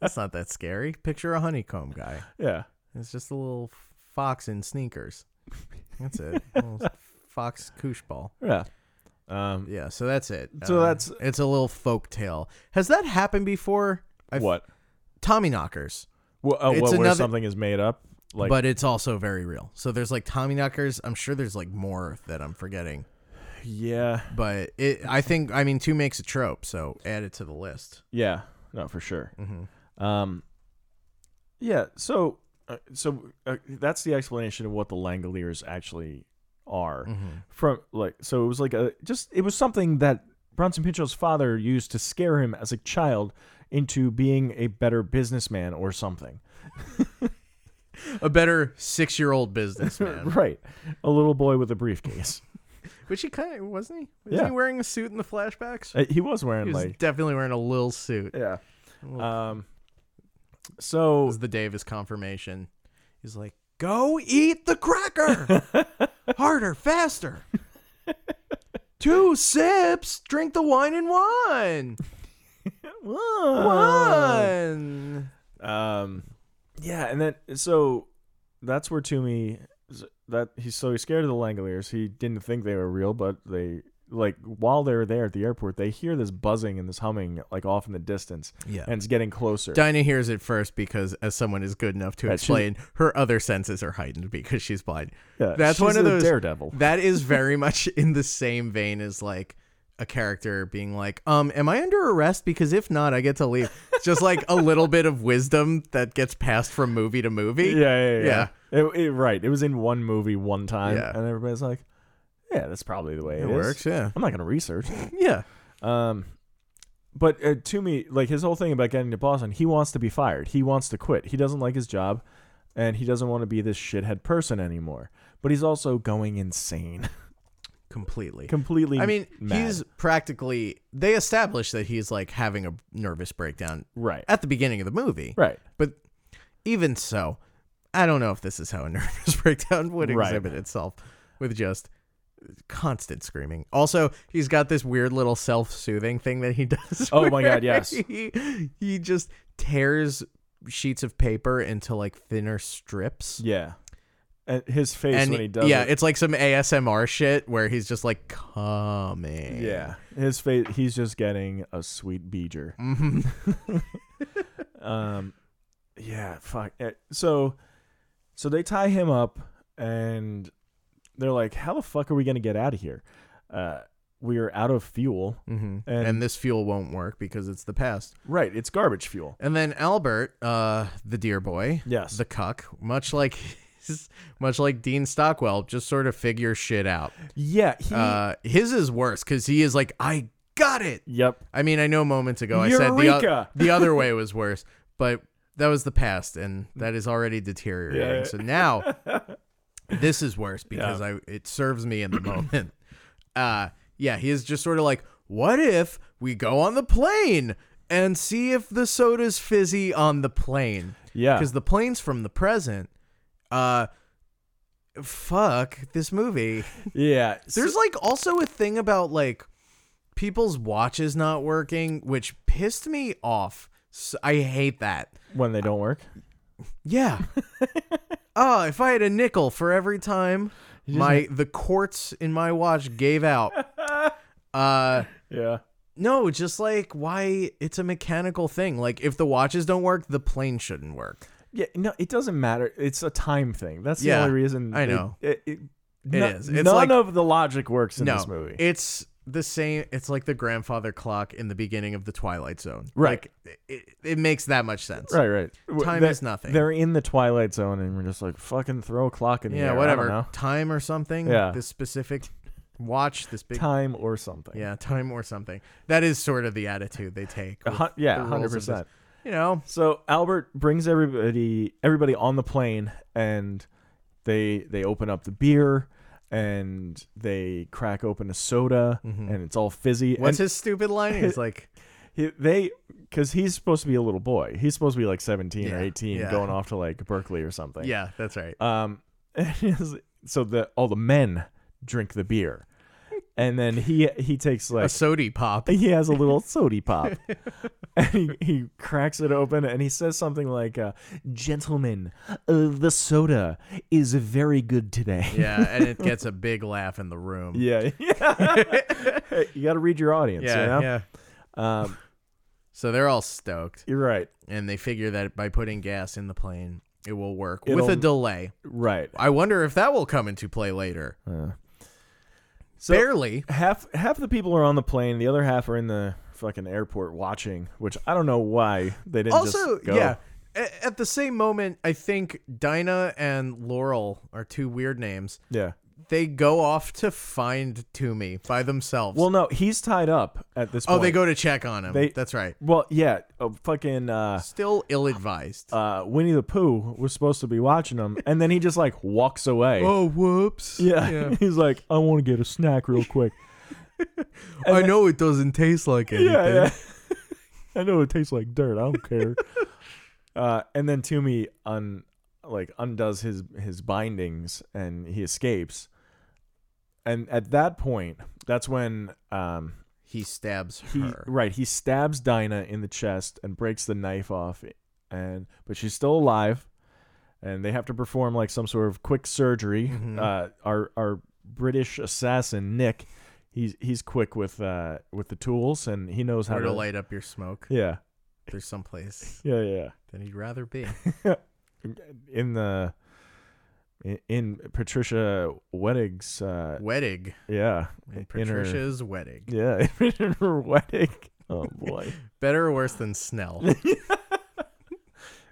that's not that scary picture a honeycomb guy Yeah. It's just a little fox in sneakers. That's it. A little fox koosh ball. Yeah. Um Yeah, so that's it. Uh, So that's- it's a little folk tale. Has that happened before? I've- what? Tommy knockers, Well, oh, It's well, where another- something is made up, like but it's also very real. So there's like Tommy knockers. I'm sure there's like more that I'm forgetting, yeah, but it. I think I mean two makes a trope, so add it to the list. yeah, no, for sure. Um, yeah, so uh, so uh, that's the explanation of what the Langoliers actually are. From like, so it was like a just it was something that Bronson Pinchot's father used to scare him as a child into being a better businessman or something. a better six year old businessman. right. A little boy with a briefcase. Which he kind of wasn't he? Was Yeah. he wearing a suit in the flashbacks? Uh, he was wearing He was like definitely wearing a little suit. It yeah. Um. So was the day of his confirmation. He's like, "Go eat the cracker, harder, faster. Two sips, drink the wine and wine. Oh. One. Um, yeah, and then so that's where Toomey that he's so he's scared of the Langoliers. He didn't think they were real, but they like while they're there at the airport, they hear this buzzing and this humming like off in the distance. Yeah. and it's getting closer. Dinah hears it first because, as someone is good enough to Right, she's- explain, her other senses are heightened because she's blind. Yeah, That's Uh, she's one of a those daredevil. That is very much in the same vein as like a character being like, "Um, am I under arrest? Because if not, I get to leave." It's just like a little bit of wisdom that gets passed from movie to movie. yeah, yeah, yeah. It, it- right. It was in one movie one time, Yeah. and everybody's like, "Yeah, that's probably the way it, It is." works, yeah. I'm not gonna research. it. yeah. Um, but uh, to me, like his whole thing about getting to Boston, he wants to be fired. He wants to quit. He doesn't like his job, and he doesn't want to be this shithead person anymore. But he's also going insane, Completely. completely. I mean, mad. he's practically. They establish that he's like having a nervous breakdown right, at the beginning of the movie. right. But even so, I don't know if this is how a nervous breakdown would Right. exhibit itself with just constant screaming. Also, he's got this weird little self soothing thing that he does. Oh my where God, yes. He, he just tears sheets of paper into like thinner strips. Yeah, and his face And when he does. yeah, it- it's like some ASMR shit where he's just like coming. yeah, his face. He's just getting a sweet beeger. Mm-hmm. um, yeah, fuck. Eh, So, so they tie him up, and they're like, "How the fuck are we gonna get out of here? Uh, we are out of fuel, hmm and, and this fuel won't work because it's the past. right, it's garbage fuel. And then Albert, uh, the dear boy, Yes. the cuck, much like his, much like Dean Stockwell, just sort of figures shit out. Yeah, he, Uh, his is worse because he is like, I got it. yep, I mean, I know moments ago I said the, Eureka! the other way was worse, but that was the past, and that is already deteriorating. Yeah. So now this is worse because I it serves me in the moment. Uh, yeah, he is just sort of like, what if we go on the plane and see if the soda's fizzy on the plane? Yeah. because the plane's from the present. Uh, fuck this movie. yeah. so- There's like also a thing about like people's watches not working, which pissed me off. S- I hate that. when they don't work. Yeah. oh, if I had a nickel for every time my the quartz in my watch gave out. Uh Yeah, no, just like why it's a mechanical thing. Like if the watches don't work, the plane shouldn't work. yeah. No, it doesn't matter. It's a time thing. That's the Yeah, only reason. I they- know. it. it, It no- is. It's none like- of the logic works in no. this movie. It's the same it's like the grandfather clock in the beginning of the Twilight Zone. Right. Like it, it makes that much sense. Right, right. W- Time they're- is nothing. They're in the twilight zone, and we're just like fucking throw a clock in the air. Yeah, I don't whatever. know. Time or something. Yeah. This specific watch, this big Time or something. Yeah, time or something. That is sort of the attitude they take. A with hun- yeah, the rules of hundred this. percent. You know, So Albert brings everybody everybody on the plane, and they they open up the beer, and they crack open a soda, and it's all fizzy. Mm-hmm. what's and his stupid line? He's like, he- they because he's supposed to be a little boy. He's supposed to be like seventeen or Yeah, eighteen, yeah. going off to like Berkeley or something. yeah, that's right. Um, so the all the men drink the beer, and then he he takes a like sody pop. he has a little sody pop, and he, he cracks it open and he says something like, uh, "Gentlemen, uh, the soda is very good today." Yeah, and it gets a big laugh in the room. yeah, yeah. Hey, you got to read your audience. yeah, you know? yeah. Um, So they're all stoked, you're right. and they figure that by putting gas in the plane, it will work with It'll- a delay. Right. I wonder if that will come into play later. So- Barely. half half the people are on the plane. The other half are in the fucking airport watching, which I don't know why they didn't. also just go. yeah a- at the same moment i think dinah and laurel are two weird names yeah. they go off to find Toomey by themselves. Well, no, he's tied up at this oh, point. they go to check on him. They- That's right. Well, yeah, oh, fucking uh, Still ill-advised. uh, Winnie the Pooh was supposed to be watching him, and then he just like walks away. oh, whoops. yeah. he's like, I want to get a snack real quick. I know it doesn't taste like anything. yeah, yeah. I know it tastes like dirt. I don't care. uh, and then Toomey un like undoes his his bindings and he escapes. And at that point, that's when um, He stabs he her. right he stabs Dinah in the chest and breaks the knife off, and but she's still alive, and they have to perform like some sort of quick surgery. Mm-hmm. Uh, our our British assassin Nick, he's he's quick with uh, with the tools and he knows how Where to light up your smoke. Yeah, There's someplace yeah, yeah. that he'd rather be. In the in, in Patricia Wettig's uh, Wettig. yeah And in her- Patricia's Wettig. yeah in her Wettig. Oh boy, Better or worse than Snell. this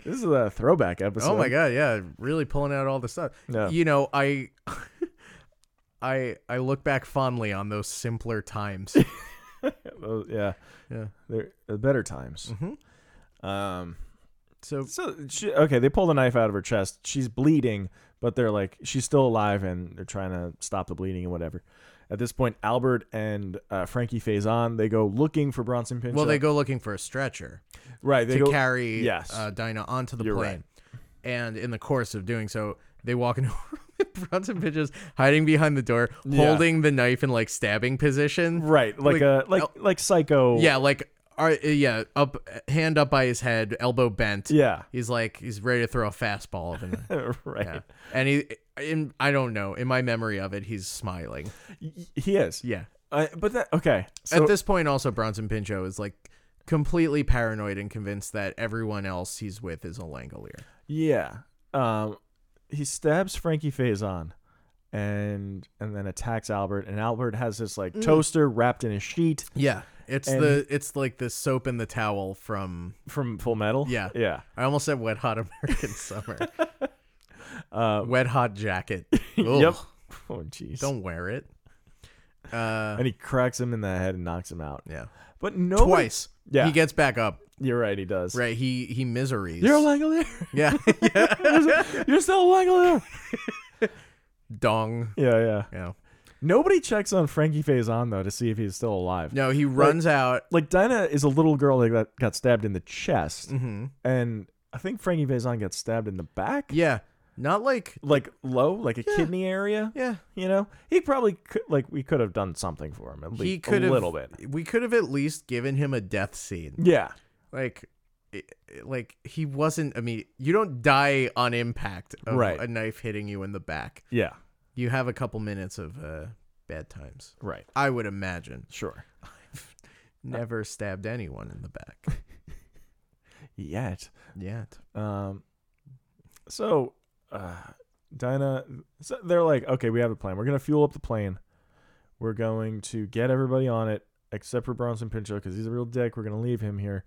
is a throwback episode. Oh my god, yeah, really pulling out all the stuff. Yeah. You know, I I I look back fondly on those simpler times. Those- Oh, yeah, Yeah. Mm-hmm. They're, they're better times. Um, So so she, okay, they pull the knife out of her chest. She's bleeding, but they're like she's still alive, and they're trying to stop the bleeding and whatever. At this point, Albert and uh, Frankie Faison they go looking for Bronson Pinchot. well they go looking for a stretcher right. They to go carry Yes, uh, Dinah onto the You're plane. And in the course of doing so, they walk into Bronson Pitches hiding behind the door, holding the knife in like stabbing position. right. Like, a like el- like psycho. Yeah, like are, uh, yeah, up hand up by his head, elbow bent. Yeah. He's like he's ready to throw a fastball. And, right. yeah. and he in I don't know, in my memory of it, he's smiling. Y- He is. Yeah. Uh, but that okay. So At this point also Bronson Pinchot is like completely paranoid and convinced that everyone else he's with is a Langolier. Yeah. Um, he stabs Frankie Faison and and then attacks Albert. And Albert has this like Mm. toaster wrapped in a sheet Yeah. It's the it's like the soap and the towel from from Full Metal. Yeah. Yeah. I almost said Wet Hot American Summer. Wet Hot Jacket. Ugh, Uh, Yep. Oh jeez. Don't wear it. Uh, And he cracks him in the head and knocks him out. yeah. But no Twice. Yeah. He gets back up. You're right. He does. Right. He he miseries. You're a Langolier. yeah. You're still a Langolier. Dong. yeah. Yeah. Yeah. Nobody checks on Frankie Faison though to see if he's still alive. No, he runs out. like Dinah is a little girl that got, got stabbed in the chest, Mm-hmm. and I think Frankie Faison got stabbed in the back. Yeah. Not like like low, like a kidney area. Yeah. you know, he probably could, like we could have done something for him at least he could a have little bit. We could have at least given him a death scene. Yeah, Like it- it- like he wasn't I mean, you don't die on impact of Right. a knife hitting you in the back. yeah, You have a couple minutes of uh bad times. right, I would imagine. sure. Never stabbed anyone in the back Yet, yet. um, so uh, Dinah, so they're like, okay, we have a plan. We're gonna fuel up the plane. We're going to get everybody on it except for Bronson Pinchot because he's a real dick. We're gonna leave him here.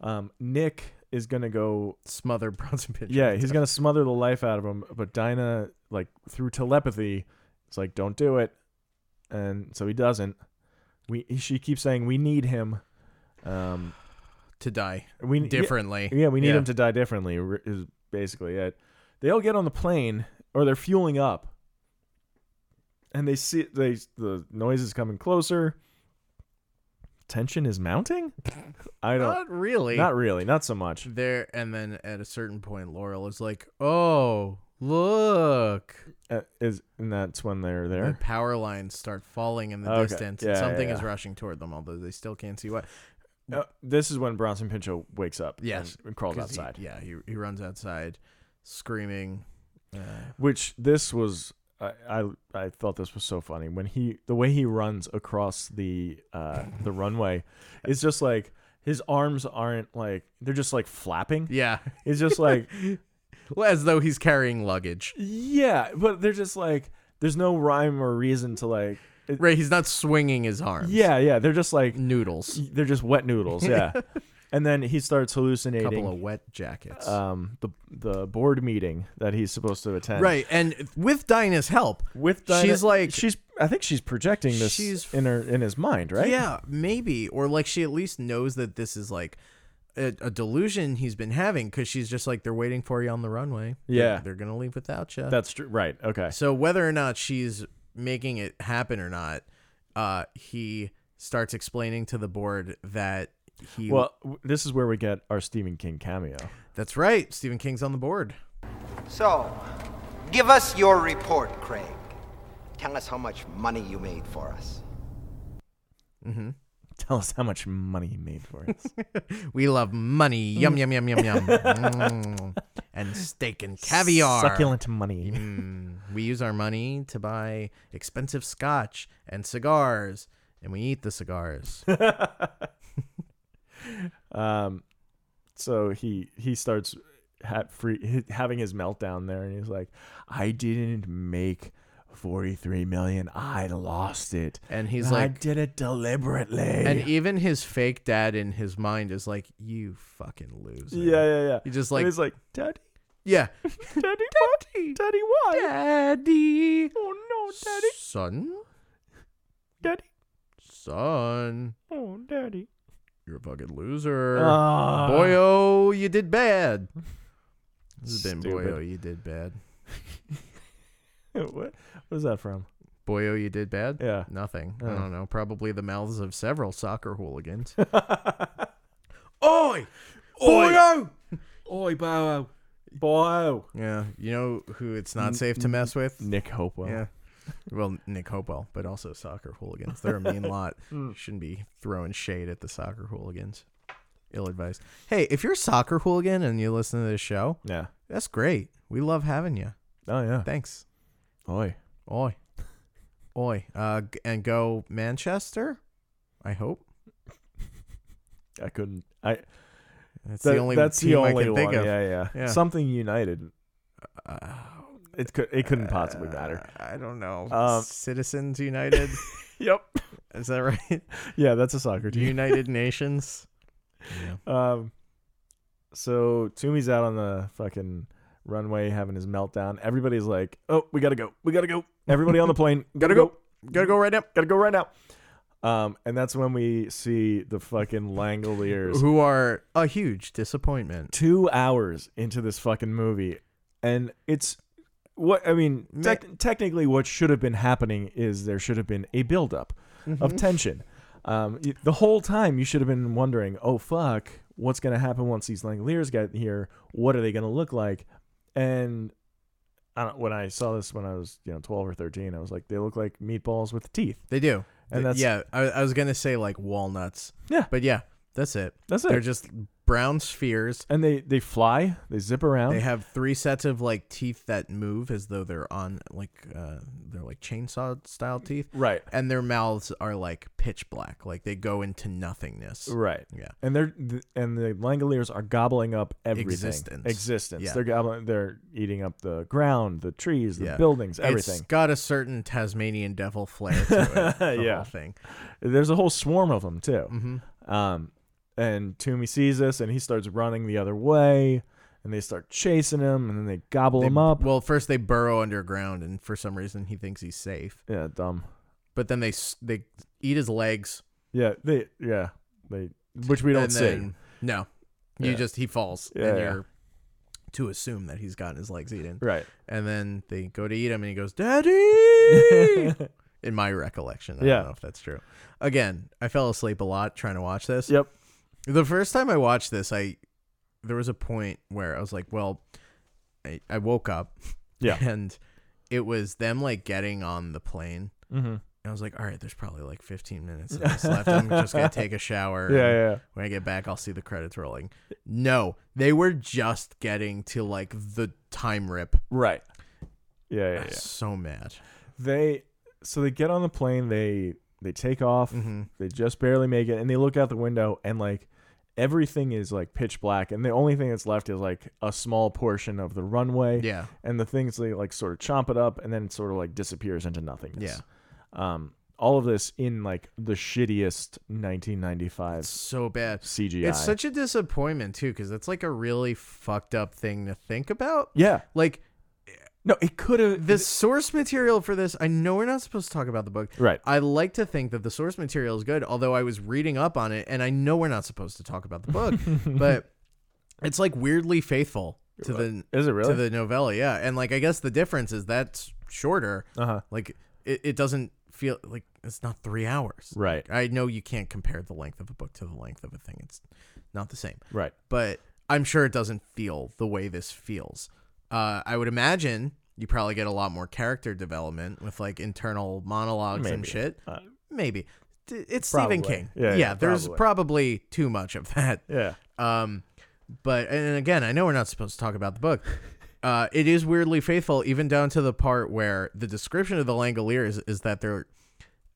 Um, Nick is gonna go Smother Bronson Pinchot. Yeah, he's gonna smother the life out of him. But Dinah, like through telepathy, is like, "Don't do it," and so he doesn't. We she keeps saying we need him. Um, to die we differently. Yeah, we need him to die differently. r- Is basically it. They all get on the plane, or they're fueling up, and they see they the noise is coming closer. Tension is mounting. I don't. Not really. Not really. Not so much. there and then at a certain point Laurel is like, "Oh, look." Uh, is and that's when they're there. The power lines start falling in the Okay. distance Yeah, and something yeah, is yeah. rushing toward them although they still can't see what. Uh, this is when Bronson Pinchot wakes up Yes. and, and crawls 'Cause he- outside. yeah, he he runs outside screaming. Which this was, I, I I thought this was so funny when he the way he runs across the uh the runway, is just like his arms aren't like they're just like flapping. Yeah. It's just like Well, as though he's carrying luggage. yeah, but they're just like there's no rhyme or reason to like it- Right, he's not swinging his arms. yeah yeah they're just like Noodles. they're just wet noodles yeah. And then he starts hallucinating couple of wet jackets. um, the the board meeting that he's supposed to attend. right, and with Dinah's help, With Dinah, she's like, she's I think she's projecting this She's- in her in his mind, right? yeah, maybe, or like she at least knows that this is like a, a delusion he's been having because she's just like they're waiting for you on the runway. They're- Yeah. they're, gonna leave without you. That's true. Right. Okay. So whether or not she's making it happen or not, uh, he starts explaining to the board that he. Well, w- this is where we get our Stephen King cameo. that's right. Stephen King's on the board. So, give us your report, Craig. Tell us how much money you made for us. Tell us how much money he made for us. We love money. Yum yum yum yum yum. Mm. And steak and caviar. Hmm. Succulent money. We use our money to buy expensive scotch and cigars, and we eat the cigars. Um, so he he starts ha- free, h- having his meltdown there, and he's like, "I didn't make forty three million. I lost it." And he's I like- "I did it deliberately." and even his fake dad in his mind is like, "You fucking loser." yeah, yeah, yeah. He just And like- he's like, "Daddy, Yeah. daddy, what? daddy, why? Daddy. Oh no, daddy, Son. daddy, Son. oh daddy." You're a fucking loser. Ah. Er, Boyo, you did bad. This has been Stupid. Boyo, you did bad. what? What is that from? Boyo, you did bad? Yeah. Nothing. I Oh. don't know. Probably the mouths of several soccer hooligans. Oi! Boyo! Oi, Bow Bow. Yeah. You know who it's not safe to mess with? Nick Hopewell. Yeah. Well, Nick Hopewell, but also soccer hooligans. They're a mean lot. Hmm. Shouldn't be throwing shade at the soccer hooligans. Ill advised. Hey, if you're a soccer hooligan and you listen to this show, Yeah. that's great. We love having you. Oh yeah. Thanks. Oi. Oi. Oi. Uh, g- and go Manchester, I hope. I couldn't. I. That's That- the only that's team the only I can one. think of. Yeah, yeah, Yeah. Something United. it could. It couldn't possibly matter. uh, I don't know. Um, Citizens United. Yep. Is that right? Yeah, that's a soccer team. United Nations. Um. So Toomey's out on the fucking runway having his meltdown. Everybody's like, "Oh, we gotta go. We gotta go. Everybody on the plane. Gotta go. Gotta go right now. Gotta go right now." Um, and that's when we see the fucking Langoliers. Who are a huge disappointment. two hours into this fucking movie, and it's what I mean. Tec- technically, what should have been happening is there should have been a buildup of tension. Um, y- the whole time you should have been wondering, oh fuck, what's gonna happen once these Langoliers get here? What are they gonna look like? And I don't, when I saw this when I was you know twelve or thirteen, I was like, they look like meatballs with teeth. They do. And Th- that's- yeah, I, I was gonna say like walnuts, Yeah, but yeah, that's it. That's it. They're just brown spheres. and they they fly, they zip around. They have three sets of like teeth that move as though they're on like uh they're like chainsaw style teeth. Right. And their mouths are like pitch black, like they go into nothingness. Right. Yeah. And they're th- and the Langoliers are gobbling up everything. Existence. Existence. Yeah. They're gobbling. They're eating up the ground, the trees, the Yeah. buildings, It's everything. got a certain Tasmanian devil flair to it. The Yeah. whole thing. There's a whole swarm of them too. Mm-hmm. Um, and Toomey sees this and he starts running the other way, and they start chasing him, and then they gobble him up. Well, first they burrow underground, and for some reason he thinks he's safe. yeah, dumb. But then they s- they eat his legs. Yeah, they. Yeah, they. Which we don't and see. then no, you Yeah. just he falls, Yeah, and yeah. you're to assume that he's gotten his legs eaten. Right. And then they go to eat him, and he goes, "Daddy." In my recollection, I Yeah. don't know if that's true. Again, I fell asleep a lot trying to watch this. Yep. The first time I watched this, I there was a point where I was like, well, I, I woke up, Yeah. and it was them like getting on the plane. Mm-hmm. And I was like, all right, there's probably like 15 minutes of this left. I'm just gonna take a shower. Yeah, and yeah, yeah. When I get back, I'll see the credits rolling. No, they were just getting to like the time rip. Right. Yeah, yeah, yeah. So mad. they so they get on the plane they they take off Mm-hmm. they just barely make it and they look out the window and like everything is like pitch black and the only thing that's left is like a small portion of the runway Yeah. and the things they like sort of chomp it up and then it sort of like disappears into nothingness Yeah. um all of this in like the shittiest 1995 so bad. CGI. It's such a disappointment too, because that's like a really fucked up thing to think about. yeah. Like No, it could have the source material for this, I know we're not supposed to talk about the book. Right. I like to think that the source material is good, although I was reading up on it and I know we're not supposed to talk about the book, but it's like weirdly faithful to the Is it really? to the novella, yeah. And like I guess the difference is that's shorter. Uh-huh. Like it, it doesn't feel like it's not three hours. Right. I know you can't compare the length of a book to the length of a thing. It's not the same Right. but I'm sure it doesn't feel the way this feels. Uh, I would imagine you probably get a lot more character development with like internal monologues and Maybe. shit. Uh, Maybe D- it's Stephen Probably. King. Yeah, yeah, there's probably. probably too much of that. Yeah. Um, but and again, I know we're not supposed to talk about the book. Uh, it is weirdly faithful, even down to the part where the description of the Langoliers is that they're,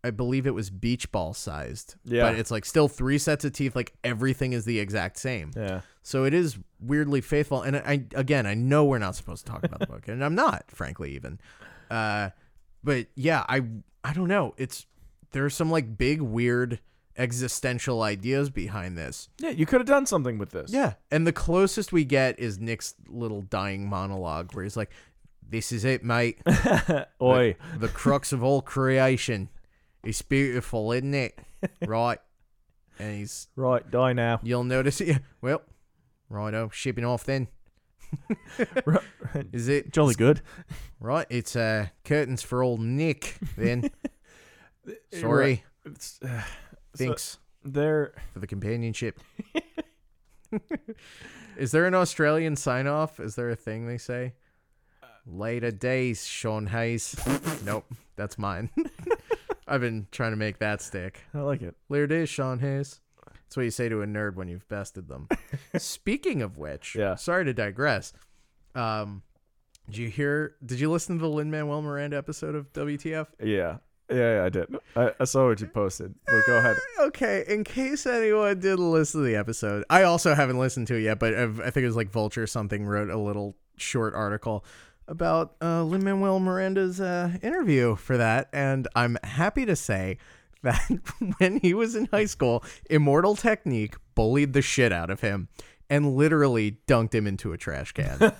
I believe it was beach ball sized. Yeah. But it's like still three sets of teeth. Like everything is the exact same. Yeah. So it is weirdly faithful. And I, I again, I know we're not supposed to talk about the book, and I'm not, frankly, even. Uh, but yeah, I I don't know. It's there are some like big weird existential ideas behind this. Yeah, you could have done something with this. Yeah, and the closest we get is Nick's little dying monologue, where he's like, "This is it, mate. Oi. the crux of all creation. It's beautiful, isn't it? Right." And he's, Right, die now. you'll notice, yeah. Well, righto, shipping off then. Is it Jolly good. Right, it's uh, curtains for old Nick then. Sorry, It's, uh, thanks they're for the companionship. Is there an Australian sign off? Is there a thing they say? Later days, Sean Hayes. nope, that's mine. I've been trying to make that stick. I like it. Later days, Sean Hayes. That's what you say to a nerd when you've bested them. Speaking of which, Yeah. sorry to digress. Um, did you hear? Did you listen to the Lin Manuel Miranda episode of WTF? Yeah. Yeah, yeah I did. I, I saw what you posted. But go ahead. Okay, in case anyone didn't listen to the episode, I also haven't listened to it yet, but I've, I think it was like Vulture or something wrote a little short article about uh, Lin Manuel Miranda's uh, interview for that, and I'm happy to say that when he was in high school, Immortal Technique bullied the shit out of him and literally dunked him into a trash can.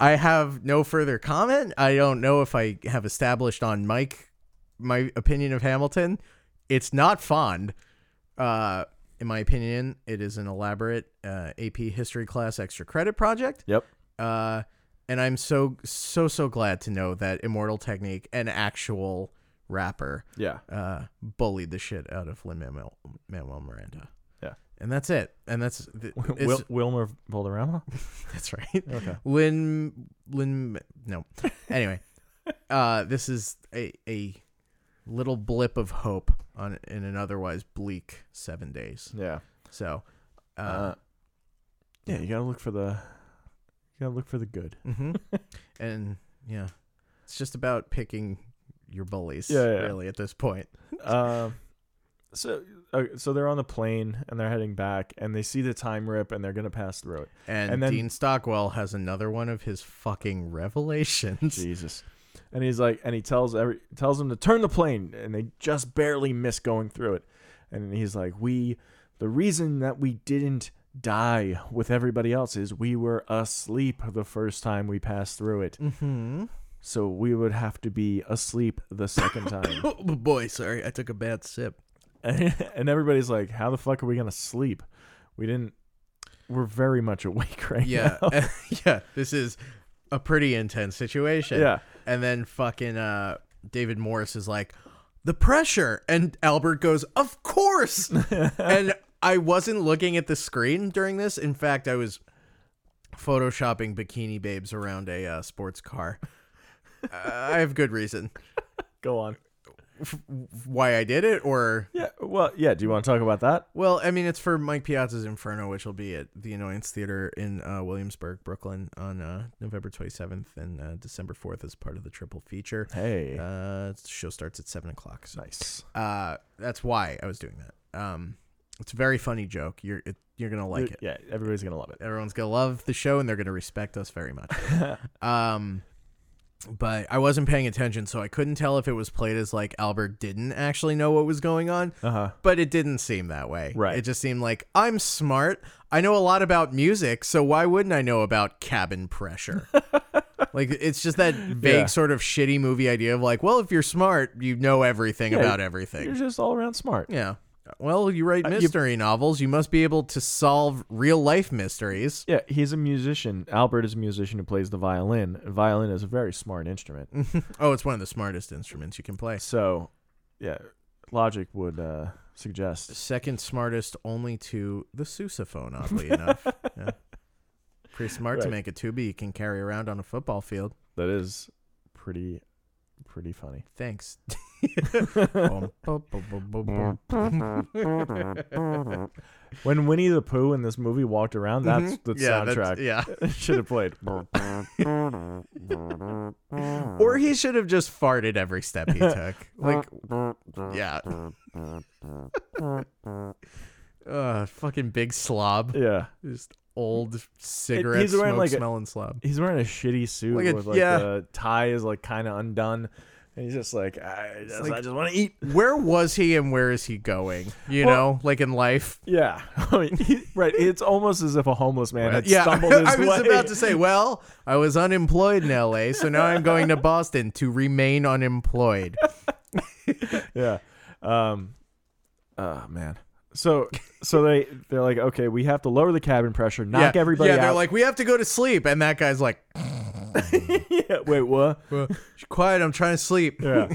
I have no further comment. I don't know if I have established on Mike my opinion of Hamilton. It's not fond. Uh, in my opinion, it is an elaborate uh, AP history class extra credit project. Yep. Uh, and I'm so so so glad to know that Immortal Technique, an actual rapper, Yeah. uh, bullied the shit out of Lin Manuel Miranda. Yeah. And that's it. And that's th- it's- Wil- Wilmer Valderrama? that's right. Okay. Lin Lin no. Anyway, uh this is a a little blip of hope on in an otherwise bleak 7 days. Yeah. So, uh, Uh, yeah, you gotta look for the you gotta look for the good. mhm. and yeah. It's just about picking your bullies Yeah, yeah. really at this point. Um, so uh, so they're on the plane and they're heading back and they see the time rip and they're gonna pass through it. And, And then- Dean Stockwell has another one of his fucking revelations. Jesus. And he's like, and he tells every tells them to turn the plane, and they just barely miss going through it. And he's like, we, the reason that we didn't die with everybody else is we were asleep the first time we passed through it. Mm-hmm. So we would have to be asleep the second time. Oh boy, sorry. I took a bad sip. and everybody's like, how the fuck are we gonna sleep? We didn't. We're very much awake right Yeah. now. yeah. This is a pretty intense situation. Yeah. And then fucking uh, David Morris is like, the pressure. And Albert goes, of course. and I wasn't looking at the screen during this. In fact, I was photoshopping bikini babes around a uh, sports car. I have good reason Go on. why I did it, or Yeah. Well. Yeah. Do you want to talk about that? well, I mean, it's for Mike Piazza's Inferno, which will be at the Annoyance Theater in uh, Williamsburg, Brooklyn, on uh, November 27th and uh, December 4th as part of the triple feature. Hey. Uh, the show starts at seven o'clock. So, nice. uh, that's why I was doing that. Um, it's a very funny joke. You're it, you're gonna like it. Yeah, everybody's gonna love it. Everyone's gonna love the show, and they're gonna respect us very much. um, but I wasn't paying attention, so I couldn't tell if it was played as like Albert didn't actually know what was going on. Uh-huh. But it didn't seem that way. Right. It just seemed like I'm smart. I know a lot about music, so why wouldn't I know about cabin pressure? like it's just that vague Yeah. sort of shitty movie idea of like, well, if you're smart, you know everything Yeah, about You're everything. just all around smart. Yeah. Well, you write you- mystery novels. You must be able to solve real life mysteries. Yeah, he's a musician. Albert is a musician who plays the violin. Violin is a very smart instrument. Oh, it's one of the smartest instruments you can play. So, yeah, logic would uh, suggest. second smartest only to the sousaphone, oddly enough. Yeah. Pretty smart to Right. make a tuba you can carry around on a football field. That is pretty, pretty funny. Thanks. Bum, bum, bum, bum, bum, bum. When Winnie the Pooh in this movie walked around, that's the Mm-hmm. Yeah, that's- soundtrack. yeah. should have played. or he should have just farted every step he took. Like, yeah. uh, fucking big slob. yeah, Just old cigarette he's wearing, smoke like, a- smelling slob. he's wearing a shitty suit Like a- with like yeah. the tie is like kind of undone, and he's just like, I just, like- I just want to eat. Where was he and where is he going? You know, like in life. Yeah, I mean, he- right. It's almost as if a homeless man had yeah, stumbled his I was way. about to say, well, I was unemployed in LA, so now I'm going to Boston to remain unemployed. yeah. Um oh man. So so they they're like, okay, we have to lower the cabin pressure, knock yeah, everybody yeah, out. they're like, we have to go to sleep, and that guy's like, yeah, wait, what? "Well, sh- quiet, I'm trying to sleep. Yeah.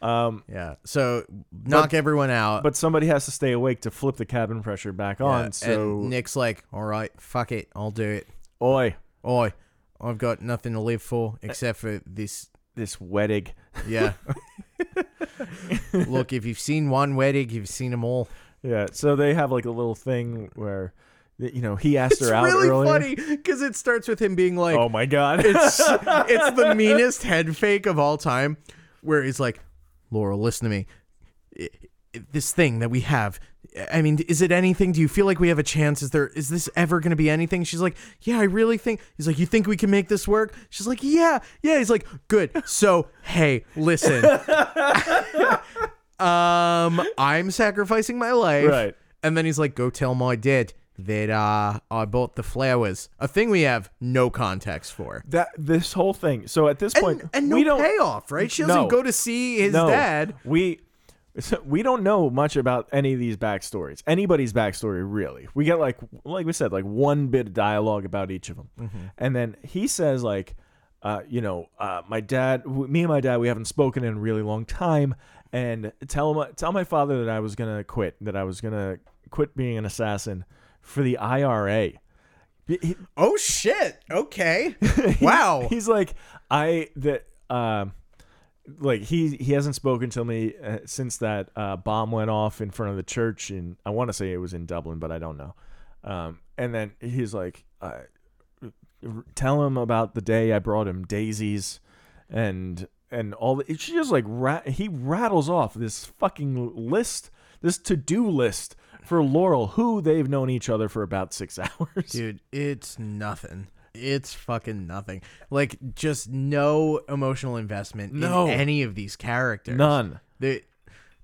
Yeah, so knock everyone out. But somebody has to stay awake to flip the cabin pressure back Yeah, on. and so Nick's like, all right, fuck it, I'll do it. Oi, Oi, I've got nothing to live for except for this. this wet egg. Yeah. Look, if you've seen one wedding, you've seen them all. Yeah. So they have like a little thing where you know, he asked It's her out really earlier. funny because it starts with him being like, Oh my god. it's it's the meanest head fake of all time where he's like laurel listen to me I- I- this thing that we have i mean is it anything do you feel like we have a chance is there is this ever going to be anything she's like yeah i really think he's like you think we can make this work she's like yeah yeah he's like good so hey listen um i'm sacrificing my life Right. and then he's like go tell my dad that uh i bought the flowers a thing we have no context for that this whole thing. So at this point and, and no we don't payoff, right? She doesn't No. go to see his no, dad. We so we don't know much about any of these backstories, anybody's backstory really. We get like like we said, like one bit of dialogue about each of them, and then he says like, uh, you know, uh, my dad, w- me and my dad, we haven't spoken in a really long time, and tell him tell my father that I was gonna quit, that I was gonna quit being an assassin for the IRA. He- Oh shit! Okay, wow. he's like i that um like he he hasn't spoken to me uh, since that uh, bomb went off in front of the church and i want to say it was in dublin but i don't know um and then he's like uh, tell him about the day i brought him daisies and and all the, she just like ra- he rattles off this fucking list this to-do list for laurel who they've known each other for about six hours Dude, it's nothing. It's fucking nothing. Like just no emotional investment No. in any of these characters. None. They-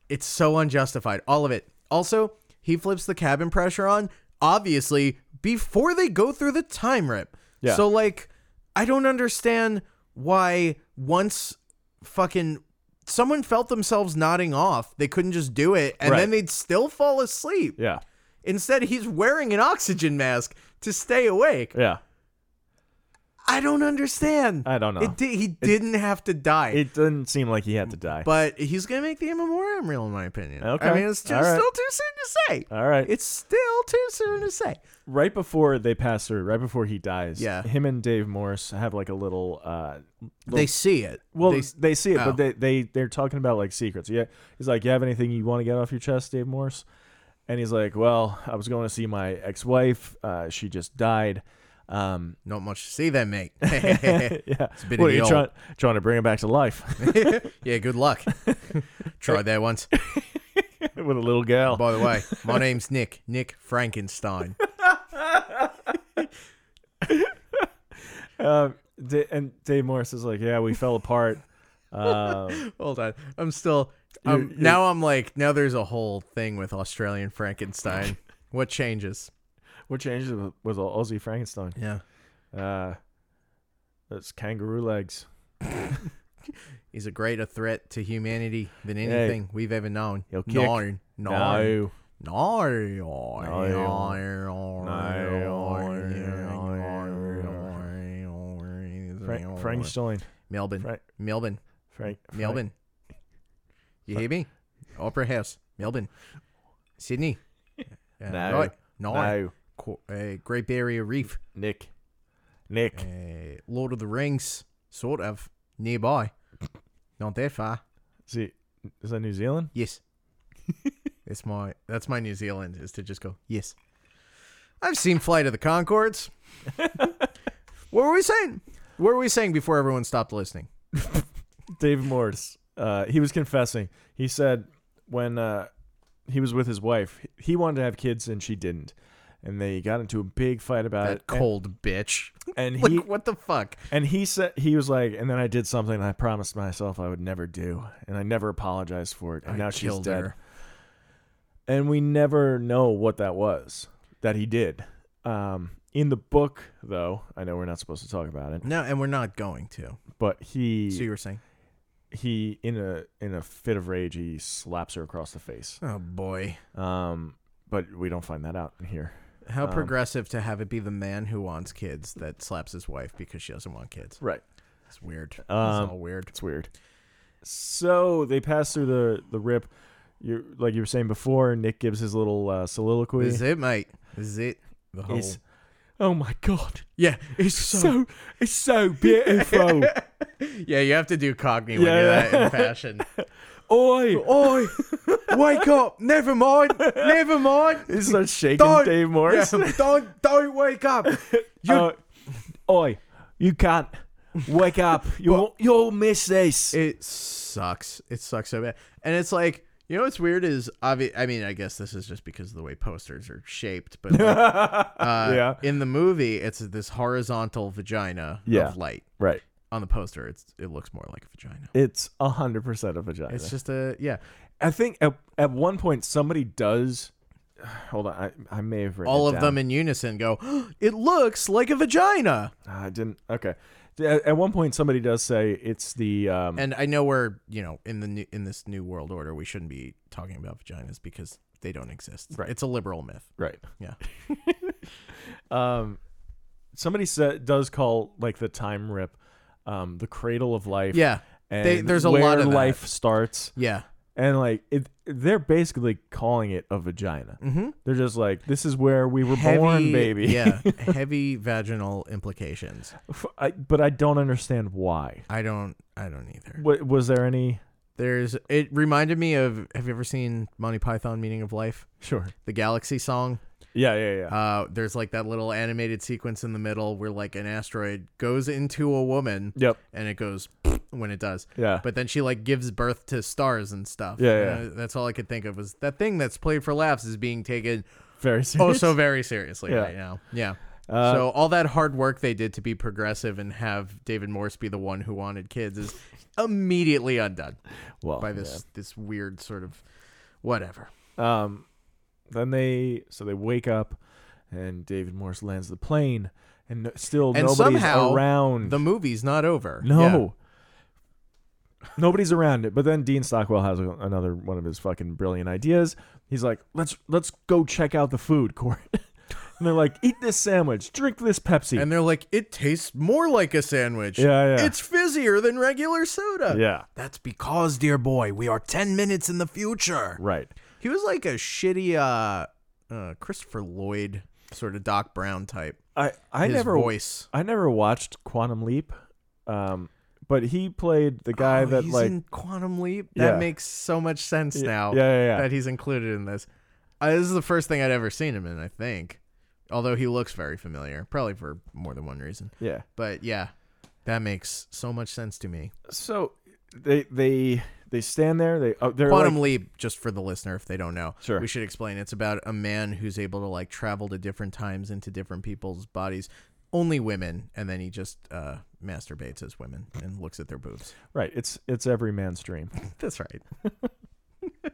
it's so unjustified. All of it. Also, he flips the cabin pressure on obviously before they go through the time rip. Yeah. So like I don't understand why once fucking someone felt themselves nodding off, they couldn't just do it and Right. then they'd still fall asleep. yeah Instead, he's wearing an oxygen mask to stay awake. yeah I don't understand. I don't know. It di- he didn't have to die. It doesn't seem like he had to die. but he's going to make the immemorium real, in my opinion. Okay. I mean, it's just All right. still too soon to say. All right. It's still too soon to say. right before they pass through, right before he dies, Yeah. him and Dave Morris have like a little. Uh, they see it. well, They they, s- see it, oh. but they they they're talking about like secrets. Yeah, he's like, "You have anything you want to get off your chest, Dave Morris?" And he's like, "Well, I was going to see my ex-wife. Uh, she just died." Um, not much to see then, mate. yeah, It's a bit of what are the you old- trying trying to bring her back to life yeah, good luck. Tried that once. with a little girl? By the way, my name's Nick. Nick Frankenstein. Uh, Da- and Dave Morris is like, yeah, we fell apart. Um, Hold on. I'm still. Um, You're- now I'm like, now there's a whole thing with Australian Frankenstein. what changes? what changed was- was Aussie Frankenstein. Yeah. Uh, that's kangaroo legs. He's a greater threat to humanity than anything we've ever known. He'll kick. No, no, No. no, no, no, Frank, Frankenstein. Melbourne, Frank- Melbourne, Frank, Frank. Melbourne. You hear me? Opera House, Melbourne, Sydney. Uh, No. right. no, No. Co- uh, Great Barrier Reef, Nick. Nick. uh, Lord of the Rings, sort of nearby, not that far. See, is that New Zealand? Yes. it's my that's my New Zealand is to just go, yes. I've seen Flight of the Concords. what were we saying? What were we saying before everyone stopped listening? David Morris. Uh, he was confessing. He said when uh, he was with his wife, he wanted to have kids and she didn't, and they got into a big fight about That it. Uh, and- cold bitch. And, like he what the fuck? and he said he was like, and then I did something I promised myself I would never do, and I never apologized for it. And I now she's killed dead. her. and we never know what that was that he did. Um, in the book, though, I know we're not supposed to talk about it, No, and we're not going to. but he So you were saying, he in a in a fit of rage he slaps her across the face. oh boy, Um, but we don't find that out in here. Um, how progressive to have it be the man who wants kids that slaps his wife because she doesn't want kids. Right. It's weird. Um, it's all weird. It's weird. So they pass through the the rip. You like you were saying before. Nick gives his little uh, soliloquy. This is it, mate. This is it. The whole. It's- oh my god! yeah, it's so it's so beautiful. Yeah, you have to do Cockney when Yeah, you're yeah. that in fashion. Oi! Oi, wake up! Never mind, never mind. He's not shaking, Dave Morris. don't don't wake up. You, Uh, oi, you can't wake up. You'll you'll miss this. it sucks. It sucks so bad. And it's like you know what's weird is obvi- I mean, I guess this is just because of the way posters are shaped, but like, uh, Yeah. in the movie, it's this horizontal vagina Yeah. of light. right. On the poster, it's it looks more like a vagina. It's hundred percent a vagina. It's just a yeah. I think at, at one point somebody does. Hold on, I, I may have written All it um, of them down. in unison go. it looks like a vagina. I didn't. Okay, at, at one point somebody does say it's the. Um, and I know we're you know in the new, in this new world order we shouldn't be talking about vaginas because they don't exist. Right. It's a liberal myth. right. Yeah. Um, somebody sa- does call like the time rip, um, the cradle of life. Yeah. And They- there's a where lot of that. life starts. Yeah. and like it, they're basically calling it a vagina. Mm-hmm. They're just like, this is where we were born, baby. yeah. heavy vaginal implications. F- I, but I don't understand why. I don't I don't either. Wa was there any? There's it reminded me of have you ever seen Monty Python Meaning of Life? Sure. The Galaxy song. Yeah, yeah, yeah. Uh there's like that little animated sequence in the middle where like an asteroid goes into a woman. Yep. And it goes when it does. Yeah. But then she like gives birth to stars and stuff. Yeah, yeah. And, uh, that's all I could think of was that thing that's played for laughs is being taken Very serious. oh so very seriously Yeah. Uh, right now. Yeah. so all that hard work they did to be progressive and have David Morse be the one who wanted kids is immediately undone well, by this this weird sort of whatever. Um, then they so they wake up, and David Morse lands the plane, and n- still And nobody's somehow around. the movie's not over. Yeah. no. Nobody's around it, but then Dean Stockwell has a, another one of his fucking brilliant ideas. He's like, "Let's let's go check out the food court." and they're like, "Eat this sandwich, drink this Pepsi." And they're like, it tastes more like a sandwich. Yeah, yeah. It's fizzier than regular soda. yeah, That's because, dear boy, we are 10 minutes in the future. right. He was like a shitty uh, uh, Christopher Lloyd sort of Doc Brown type. I I His never voice. I never watched Quantum Leap, um, but he played the guy Oh, that he's like in Quantum Leap. Yeah. That makes so much sense Yeah, now. yeah, yeah, yeah. That he's included in this. Uh, this is the first thing I'd ever seen him in, I think. Although he looks very familiar, probably for more than one reason. yeah. But yeah, that makes so much sense to me. So they they they stand there. They oh, they're Quantum like, Leap, just for the listener if they don't know, Sure. we should explain. It's about a man who's able to like travel to different times into different people's bodies, only women, and then he just uh, masturbates as women and looks at their boobs. Right. It's it's every man's dream. That's right.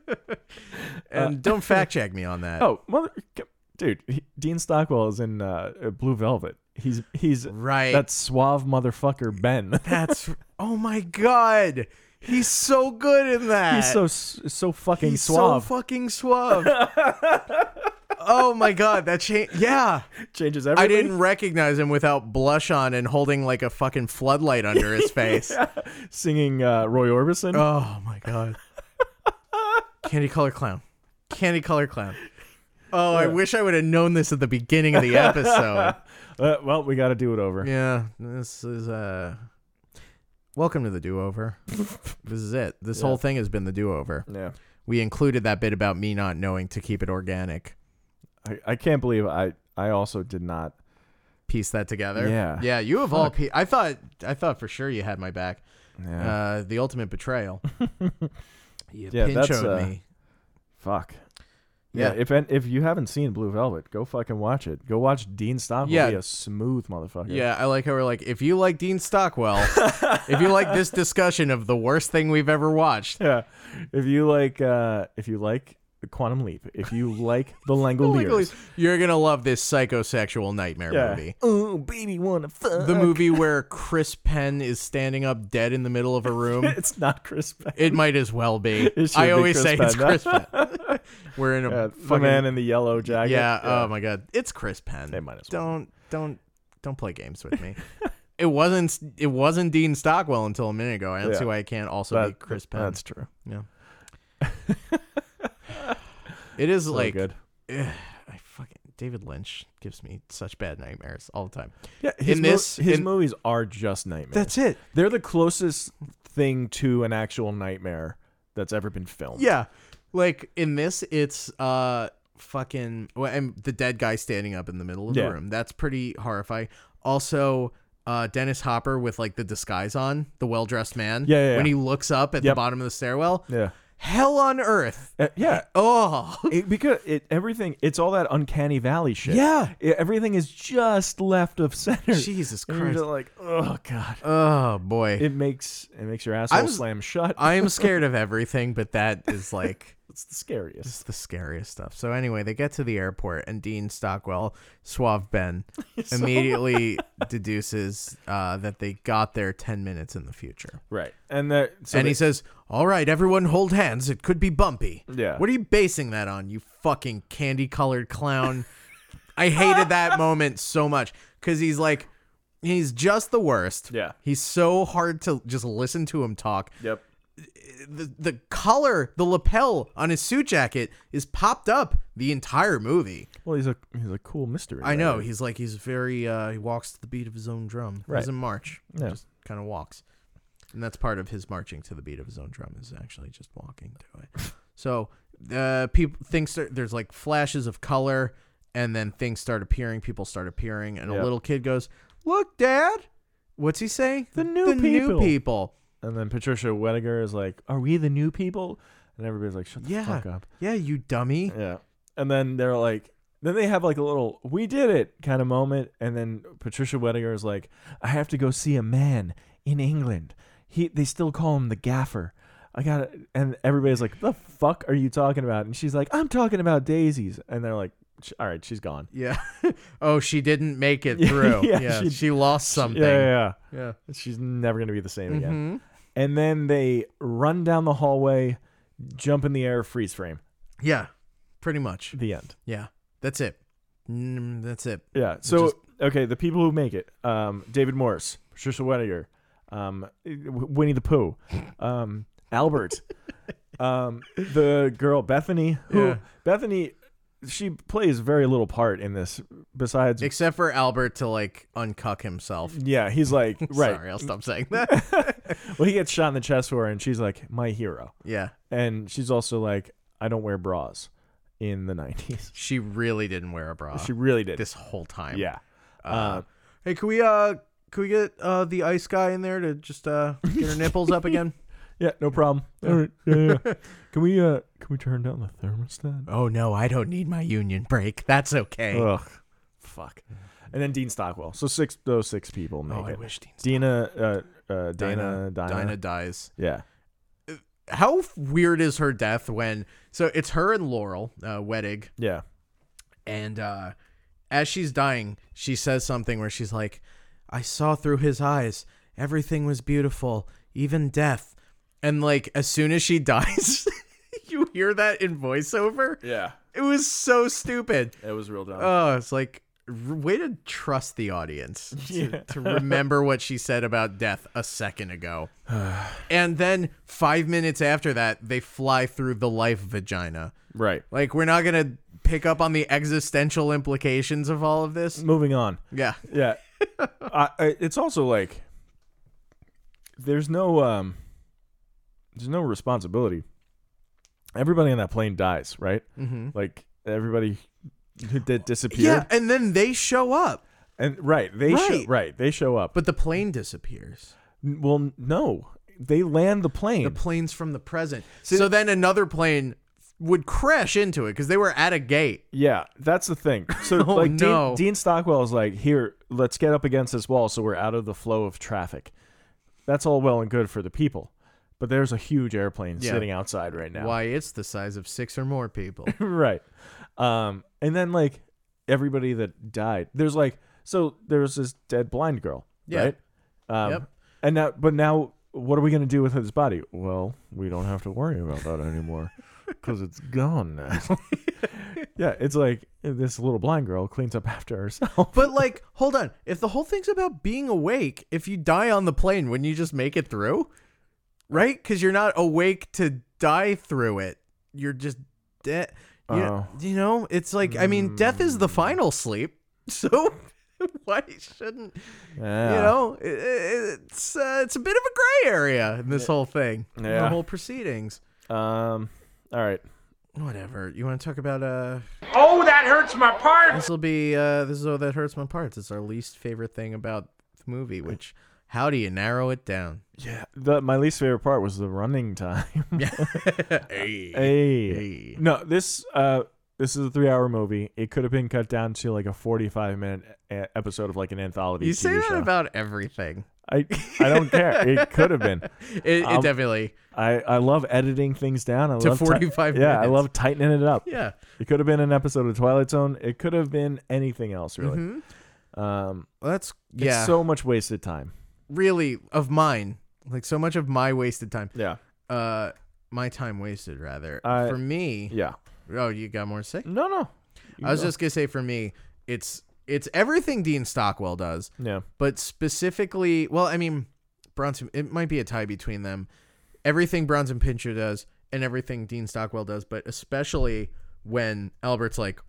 and don't fact check me on that. Uh, Oh, mother, c- dude, he, Dean Stockwell is in uh, uh, Blue Velvet. He's he's Right. that suave motherfucker Ben. That's oh my god, he's so good in that. he's so s- so fucking He's suave. so fucking suave. oh my god, that changed. Yeah, Changes I everything. didn't recognize him without blush on and holding like a fucking floodlight under his face. singing uh, Roy Orbison. Oh my god. Candy color clown. Candy color clown. Oh, I wish I would have known this at the beginning of the episode. Uh, well, we got to do it over. yeah, this is uh Welcome to the do over. this is it. This whole thing has been the do over. Yeah. We included that bit about me not knowing to keep it organic. I, I can't believe I I also did not. Piece that together. Yeah. Yeah, you have all pe- I thought I thought for sure you had my back. Yeah. Uh the ultimate betrayal. you Yeah, that's, pinchoed uh, me. Fuck. Yeah. Yeah. If an- if you haven't seen Blue Velvet, go fucking watch it. Go watch Dean Stockwell Yeah. be a smooth motherfucker. Yeah, I like how we're like, if you like Dean Stockwell, if you like this discussion of the worst thing we've ever watched, Yeah. If you like uh if you like Quantum Leap, if you like The Langoliers. you're gonna love this psychosexual nightmare yeah. movie. Oh, baby wanna fuck. The movie where Chris Penn is standing up dead in the middle of a room. It's not Chris Penn. It might as well be. It should I be always Chris say it's Penn. Chris Penn. We're in a Yeah, the fucking man in the yellow jacket. yeah, Oh my god, it's Chris Penn. They might as well. don't don't don't play games with me. it wasn't it wasn't Dean Stockwell until a minute ago. I don't Yeah. see why it can't also be That- Chris Penn. That's true. Yeah. it is So like good. I fucking David Lynch gives me such bad nightmares all the time. Yeah, his in mo- this- his in- movies are just nightmares. it. They're the closest thing to an actual nightmare that's ever been filmed. Yeah. Like in this it's uh fucking well, and the dead guy standing up in the middle of Yeah. the room. That's pretty horrifying. Also uh, Dennis Hopper with like the disguise on, the well dressed man. Yeah, yeah, When yeah. he looks up at the Yep. bottom of the stairwell, Yeah. hell on earth. Uh, yeah. Oh, It, because it everything it's all that uncanny valley shit. Yeah. It- everything is just left of center. Jesus And you're Christ. just like, oh god. oh boy. It makes it makes your asshole I'm s- slam shut. I am scared of everything, but that is like it's the scariest. It's the scariest stuff. So anyway, they get to the airport, and Dean Stockwell, suave Ben, immediately deduces uh, that they got there ten minutes in the future. Right. And that so and they- he says, "All right, everyone, hold hands. It could be bumpy." Yeah. What are you basing that on? You fucking candy-colored clown. I hated that moment so much because he's like, he's just the worst. Yeah. He's so hard to just listen to him talk Yep. the the collar, the lapel on his suit jacket is popped up the entire movie. Well he's a he's a cool mystery. I know writer. he's like he's very uh, he walks to the beat of his own drum. He Right. doesn't march. He Yeah. Just kind of walks, and that's part of his marching to the beat of his own drum is actually just walking to it. so uh, people things start, there's like flashes of color, and then things start appearing. People start appearing, and a Yeah. little kid goes, "Look, Dad." What's he saying? The new the new people." people. And then Patricia Wediger is like, Are we the new people? And everybody's like, Shut the Yeah, fuck up. yeah, you dummy. Yeah. And then they're like, then they have like a little, we did it kind of moment. And then Patricia Wediger is like, I have to go see a man in England. He, they still call him the gaffer. I got to And everybody's like, the fuck are you talking about? And she's like, I'm talking about daisies. And they're like, "Sh- all right, she's gone. Yeah. oh, she didn't make it through. yeah, yeah, she, she- lost something. Yeah, yeah, yeah. Yeah. She's never going to be the same Mm-hmm. again. And then they run down the hallway, jump in the air, freeze frame. Yeah, Pretty much. The end. Yeah. That's it. Mm, that's it. Yeah. So okay, the people who make it: um, David Morse, Patricia Wediger, um, W- Winnie the Pooh, um, Albert, um, the girl Bethany. Who Yeah. Bethany? She plays very little part in this. Besides, Except for Albert to like uncuck himself. yeah, he's like right. Sorry, I'll stop saying that. Well, he gets shot in the chest for her, and she's like my hero, yeah. and she's also like I don't wear bras in the nineties. She really didn't wear a bra She really did. this whole time. yeah. Uh, hey, can we uh can we get uh the ice guy in there to just uh get her nipples up again? Yeah, no problem. All right. Yeah, yeah. can we uh can we turn down the thermostat? Oh no, I don't need my union break. That's okay. Ugh, fuck. and then Dean Stockwell. So six those six people make Oh, I it. wish Dean Dina, uh, uh, Dana, Dina, Dinah dies. Yeah, How f- weird is her death when? So it's her and Laurel uh, Wedig, yeah. and uh, as she's dying, she says something where she's like, "I saw through his eyes. Everything was beautiful, even death." And like as soon as she dies, you hear that in voiceover. Yeah, It was so stupid. it was real dumb. Oh, it's like r- way to trust the audience to, to remember what she said about death a second ago. and then five minutes after that, they fly through the life vagina. right. Like, we're not going to pick up on the existential implications of all of this. Moving on. Yeah. Yeah, I, I, it's also like there's no um, there's no responsibility. Everybody on that plane dies, right? Mm-hmm. Like everybody that disappeared. Yeah. And then they show up, and right they show Right. right they show up. but the plane disappears. N- well, n- no, they land the plane. The plane's from the present. Mm. so then another plane would crash into it because they were at a gate. Yeah, that's the thing. So Oh, like no. Dean, Dean Stockwell is like, here, let's get up against this wall so we're out of the flow of traffic. That's all well and good for the people, but there's a huge airplane Yeah. sitting outside right now. Why, it's the size of six or more people. right. Um, and then like everybody that died, there's like so there's this dead blind girl, Yeah. right? Um, Yep. And now, but now, what are we gonna do with his body? Well, we don't have to worry about that anymore because it's gone now. yeah, it's like this little blind girl cleans up after herself. But like, hold on. If the whole thing's about being awake, if you die on the plane, wouldn't you just make it through? Right? Because you're not awake to die through it. You're just dead. You, Oh. you know, it's like I mean, death is the final sleep. So why shouldn't Yeah. you know? i- i it's uh, it's a bit of a gray area in this whole thing, in the Yeah. whole proceedings. Um. All right. Whatever. You want to talk about uh Oh, that hurts my part. This will be uh, this is oh that hurts my parts. It's our least favorite thing about the movie. Which how do you narrow it down? Yeah. The, my least favorite part was the running time. hey. Hey. No, this uh this is a 3-hour movie. It could have been cut down to like a 45-minute episode of like an anthology You TV say that show. about everything. I I don't care. It could have been. It, it Um, definitely I I love editing things down. I To love ti- 45 Yeah, I minutes. love tightening it up. yeah. It could have been an episode of Twilight Zone. It could have been anything else really. Um Well, that's it's Mm-hmm. yeah. So so much wasted time. really of mine, like so much of my wasted time. Yeah. Uh, my time wasted rather. I- for me, Yeah. oh, you got more to say? No, no. You I was go. just gonna say for me, it's it's everything Dean Stockwell does. Yeah. but specifically, well, I mean, Bronson, it might be a tie between them. Everything Bronson Pincher does and everything Dean Stockwell does, but especially when Albert's like,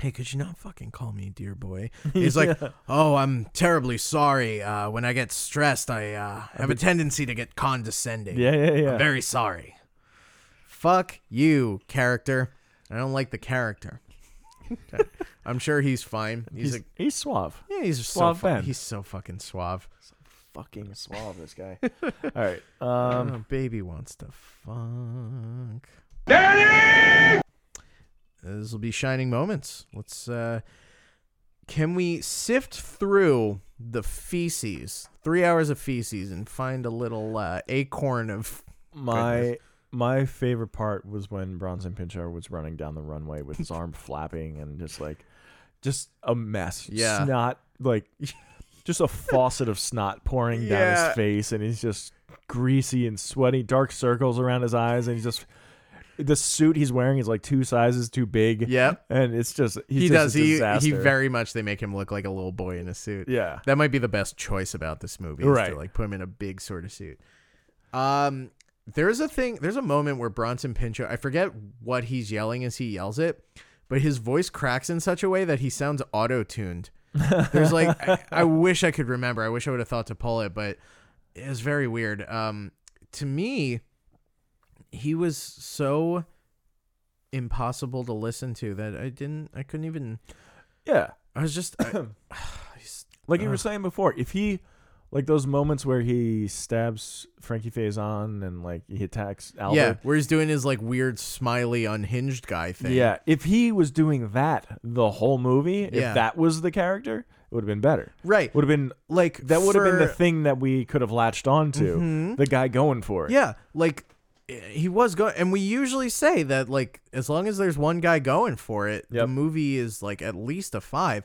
Hey, could you not fucking call me dear boy? He's like, Oh, I'm terribly sorry. Uh, when I get stressed, I uh, have a tendency to get condescending. Yeah, yeah, yeah. I'm very sorry. Fuck you, character. I don't like the character. I'm sure he's fine. He's, he's, a he's suave. yeah, he's Suave so fu- Ben. he's so fucking suave. fucking suave, this guy. All right. Um, Oh, baby wants to fuck. Daddy! This will be shining moments. Let's uh can we sift through the feces, three hours of feces, and find a little uh, acorn of my Goodness. my favorite part was when Bronson Pinchot was running down the runway with his arm flapping and just like just a mess. Yeah. Snot like just a faucet of snot pouring down Yeah. his face and he's just greasy and sweaty, dark circles around his eyes and he's just the suit he's wearing is like two sizes too big. Yep. And it's just he's he just does a he he disaster. very much they make him look like a little boy in a suit. Yeah. That might be the best choice about this movie. is Right. To, like put him in a big sort of suit. Um, there's a thing. There's a moment where Bronson Pinchot. I forget what he's yelling as he yells it, but his voice cracks in such a way that he sounds auto tuned. There's like I, I wish I could remember. I wish I would have thought to pull it, but it was very weird. Um, to me, he was so impossible to listen to that I didn't. I couldn't even. Yeah. I was just. I, Like you were saying before, if he Like those moments where he stabs Frankie Faison and like he attacks Albert. Yeah, where he's doing his like weird smiley unhinged guy thing. Yeah, if he was doing that the whole movie, Yeah. if that was the character, it would have been better. Right. Would have been Like that would have been the for- Mm-hmm. thing that we could have latched onto. The guy going for it. Yeah, like eh, he was going, and we usually say that like as long as there's one guy going for it, the Yep. movie is like at least a five.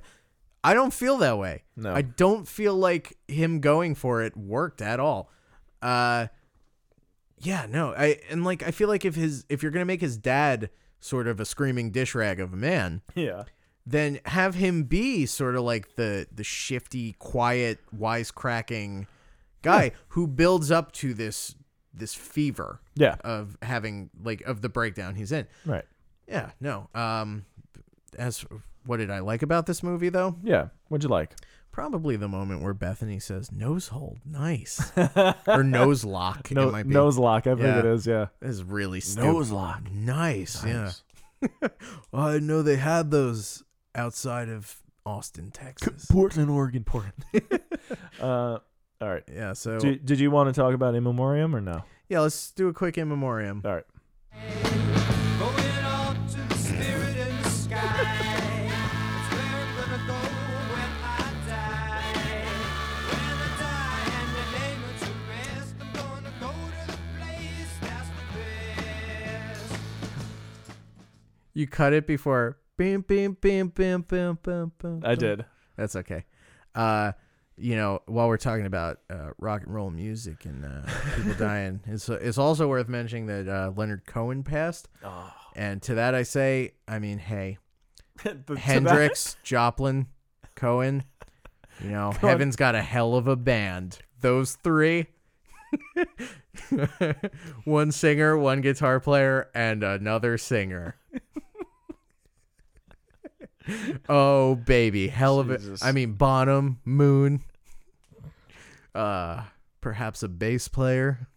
I don't feel that way. No. I don't feel like him going for it worked at all. Uh, yeah, no, I and like I feel like if his if you're gonna make his dad sort of a screaming dish rag of a man, Yeah. then have him be sort of like the the shifty, quiet, wisecracking guy who builds up to this this fever Yeah. of having like of the breakdown he's in. Right. Yeah, no. Um as what did I like about this movie though? Yeah. What'd you like? Probably the moment where Bethany says nose hold, nice. or nose lock No, it might be. nose lock. I believe Yeah. it is. Yeah. This is really stupid. lock. Nice, yeah. well, I didn't know they had those outside of Austin, Texas. Portland, Oregon. Portland. uh, all right. Yeah, so Did, did you want to talk about in memoriam or no? Yeah, let's do a quick in memoriam. All right. Going up to the spirit in the sky. It's where I'm gonna go when I die. When I die and they lay me to rest, I'm gonna go to the place that's the best. You cut it before. Bim, bim, bim, bim, bim, bim, bim. I did. That's okay. Uh, you know, while we're talking about uh, rock and roll music and uh, people dying, it's it's also worth mentioning that uh, Leonard Cohen passed. Ah. And to that I say, I mean, hey, Hendrix, Joplin, Cohen. You know, Heaven's got a hell of a band. Those three. one singer, one guitar player, and another singer. oh baby, hell of Jesus. a I mean Bonham, Moon. Uh perhaps a bass player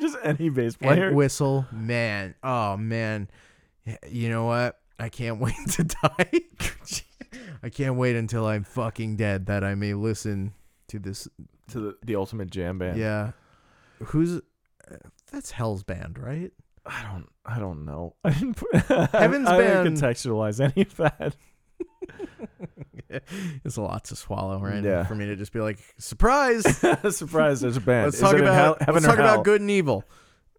Just any bass player. and whistle man oh man you know what i can't wait to die i can't wait until i'm fucking dead that i may listen to this to the, the ultimate jam band. yeah who's uh, that's hell's band right I don't. I don't know. I didn't. Put, Heaven's Heaven's I, Band- didn't contextualize any of that. it's a lot to swallow right Yeah. for me to just be like surprise Surprise! There's a band. let's Is talk it in hell, about heaven let's or talk hell? about good and evil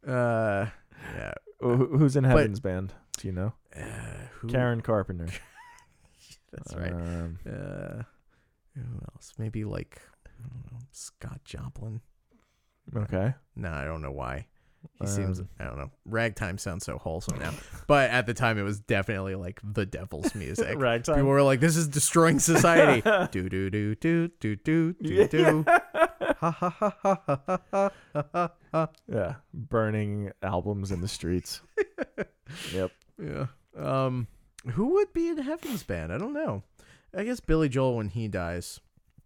uh yeah Who- Who's in Heaven's band? Do you know? who, Karen Carpenter. that's right Um, uh who else maybe like I don't know, scott joplin okay. No, I don't know why. He seems I don't know. Ragtime sounds so wholesome now, but at the time it was definitely like the devil's music. Ragtime. People were like, "This is destroying society." do do do do do do do do. Ha ha ha ha ha ha ha ha ha ha. Yeah. Burning albums in the streets. yep. Yeah. Um, who would be in Heaven's band? I don't know. I guess Billy Joel when he dies.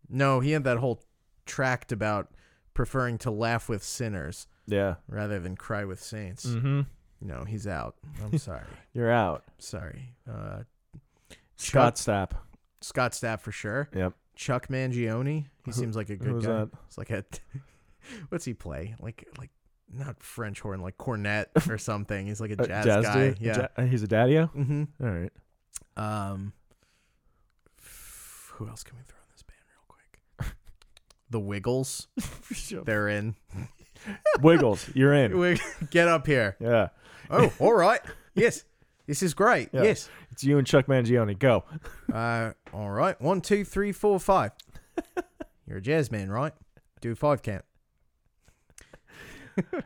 No, he had that whole tract about preferring to laugh with sinners Yeah. rather than cry with saints. Mm-hmm. No, he's out. I'm sorry. You're out. sorry. Uh, Scott Chuck, Stapp. Scott Stapp for sure. Yep. Chuck Mangione. He seems like a good who's guy. that? It's like a what's he play? Like like not French horn, like cornet or something. He's like a Uh, jazz, jazz guy. dude? Yeah. Ja- uh, he's a daddy-o? hmm All right. Um. Who else can we throw in this band real quick? The Wiggles. They're in. Wiggles, you're in. Wig- Get up here. Yeah. Oh, all right. Yes. This is great. Yeah. Yes. It's you and Chuck Mangione. Go. Uh, all right. One, two, three, four, five. You're a jazz man, right? Do five count.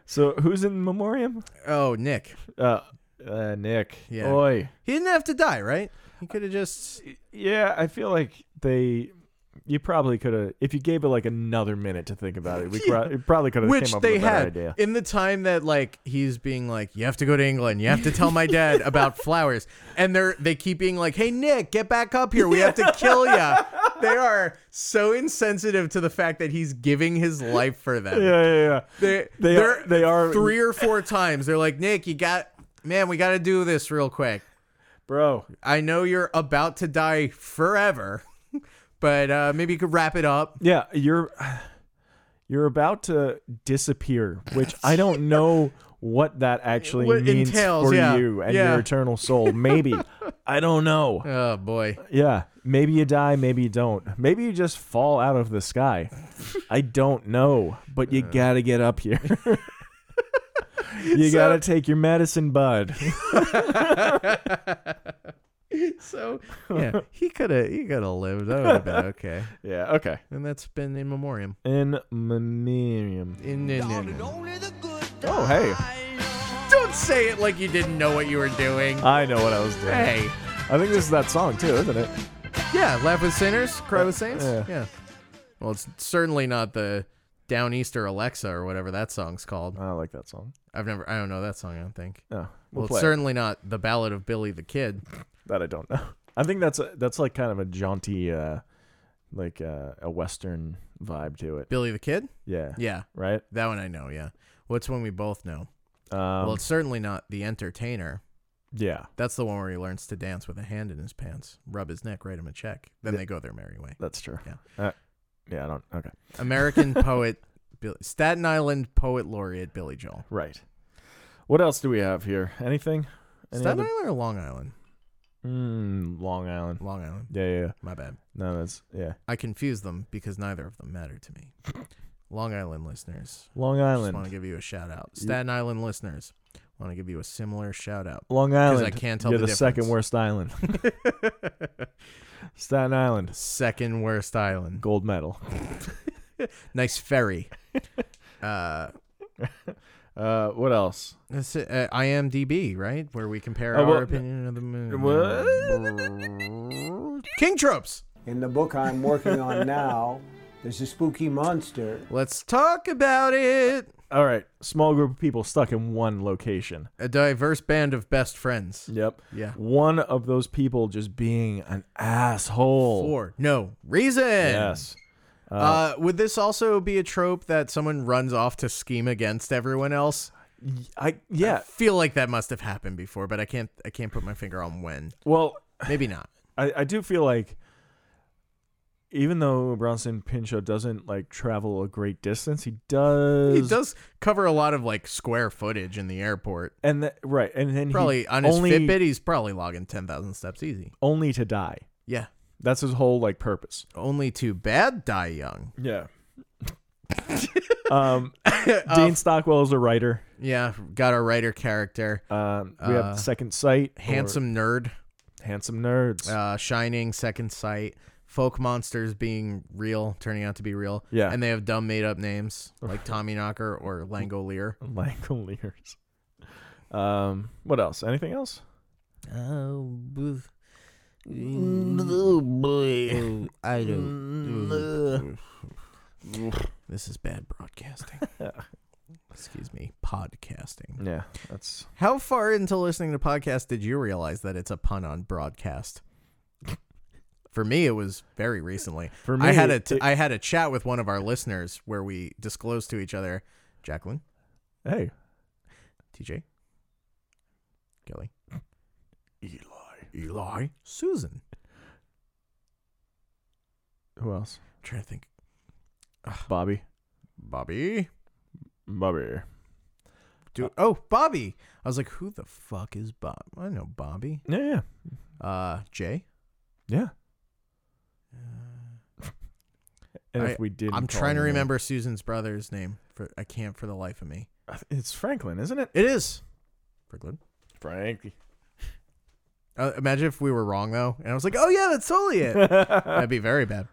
So who's in memoriam? Oh, Nick. Uh, uh Nick. Yeah. Oi. He didn't have to die, right? He could have just. Yeah, I feel like they. You probably could have, if you gave it like another minute to think about it. We pro- it probably could have Which came up they with a better had idea. in the time that like he's being like, you have to go to England, you have to tell my dad about flowers, and they're they keep being like, hey Nick, get back up here, we have to kill ya. They are so insensitive to the fact that he's giving his life for them. Yeah, yeah, yeah. They They they're- are- they are- three or four times. They're like, Nick, you got man, we got to do this real quick. Bro, I know you're about to die forever, but uh, maybe you could wrap it up. Yeah, you're. You're about to disappear, which I don't know what that actually What means entails, for yeah, you and yeah. your eternal soul. Maybe. I don't know. Oh boy. Yeah. Maybe you die, maybe you don't. Maybe you just fall out of the sky. I don't know, but you gotta get up here. you gotta take your medicine, bud. So yeah, he could have he could have lived. That would have been okay. yeah, okay. And that's been in memoriam. In memoriam. In, in, in, in. Oh, hey. Don't say it like you didn't know what you were doing. I know what I was doing. Hey. I think this is that song too, isn't it? Yeah, laugh with sinners, cry with saints. Yeah. Yeah. Well, it's certainly not the Downeaster Alexa or whatever that song's called. I like that song. I've never, I don't know that song. I don't think. No, Well, we'll, it's play it. certainly not the Ballad of Billy the Kid. that I don't know. I think that's a, that's like kind of a jaunty, uh, like uh, a western vibe to it. Billy the Kid. Yeah, Yeah, right. that one I know. Yeah. What's one we both know? Um, well, it's certainly not the Entertainer. yeah, That's the one where he learns to dance with a hand in his pants, rub his neck, write him a check. Then they go their merry way. that's true. Yeah. uh, yeah. I don't. Okay, American poet, Bill, Staten Island poet laureate Billy Joel. right. What else do we have here? Anything? Any Staten other- Island or Long Island? Mm, Long Island. Long Island. Yeah, yeah, yeah. My bad. No, that's yeah. I confuse them because neither of them matter to me. Long Island listeners, Long just want to Island. give you a shout out. Staten Island listeners, want to give you a similar shout out. Long I Island. can't tell You're the the, second difference. worst island. Staten Island. Second worst island. Gold medal. Nice ferry. Uh, what else? That's it, uh, IMDb, right? Where we compare Oh, well, our opinion of the moon. Hmm. What? King tropes. In the book I'm working on now, there's a spooky monster. Let's talk about it. All right, small group of people stuck in one location. A diverse band of best friends. Yep. Yeah. One of those people just being an asshole. For no reason. Yes. Uh, would this also be a trope that someone runs off to scheme against everyone else? I yeah. Feel like that must have happened before, but I can't. I can't put my finger on when. Well, Maybe not. I, I do feel like even though Bronson Pinchot doesn't like travel a great distance, he does. He does cover a lot of like square footage in the airport. And that, right, and then he- Probably on his only Fitbit, he's probably logging ten thousand steps easy. only to die. Yeah. That's his whole like purpose. Only too bad die young. Yeah. um, Dean Stockwell is a writer. Yeah, got our writer character. Um, we Uh, have Second Sight, or Handsome nerd. handsome nerds. uh, Shining, Second Sight, folk monsters being real, turning out to be real. Yeah. And they have dumb made up names like Tommy Knocker or Langolier. Langoliers. Um, what else? Anything else? Oh, boy. I Mm, don't. This is bad broadcasting. Excuse me, podcasting. Yeah, that's How far into listening to podcasts did you realize that it's a pun on broadcast? For me, it was very recently. For I had me, a t- it- I had a chat with one of our listeners where we disclosed to each other, Jacqueline, hey. TJ, Kelly, Eli, Eli, Susan. Who else? I'm trying to think, Bobby. Bobby. Bobby. Do oh Bobby. I was like, who the fuck is Bob? I know Bobby. Yeah, yeah, Uh, Jay. yeah. and I- if we did, I'm trying to remember Susan's brother's name. For I can't for the life of me. It's Franklin, isn't it? It is. Franklin. Frankie. Uh, imagine if we were wrong though, and I was like, "Oh yeah, that's totally it." That'd be very bad.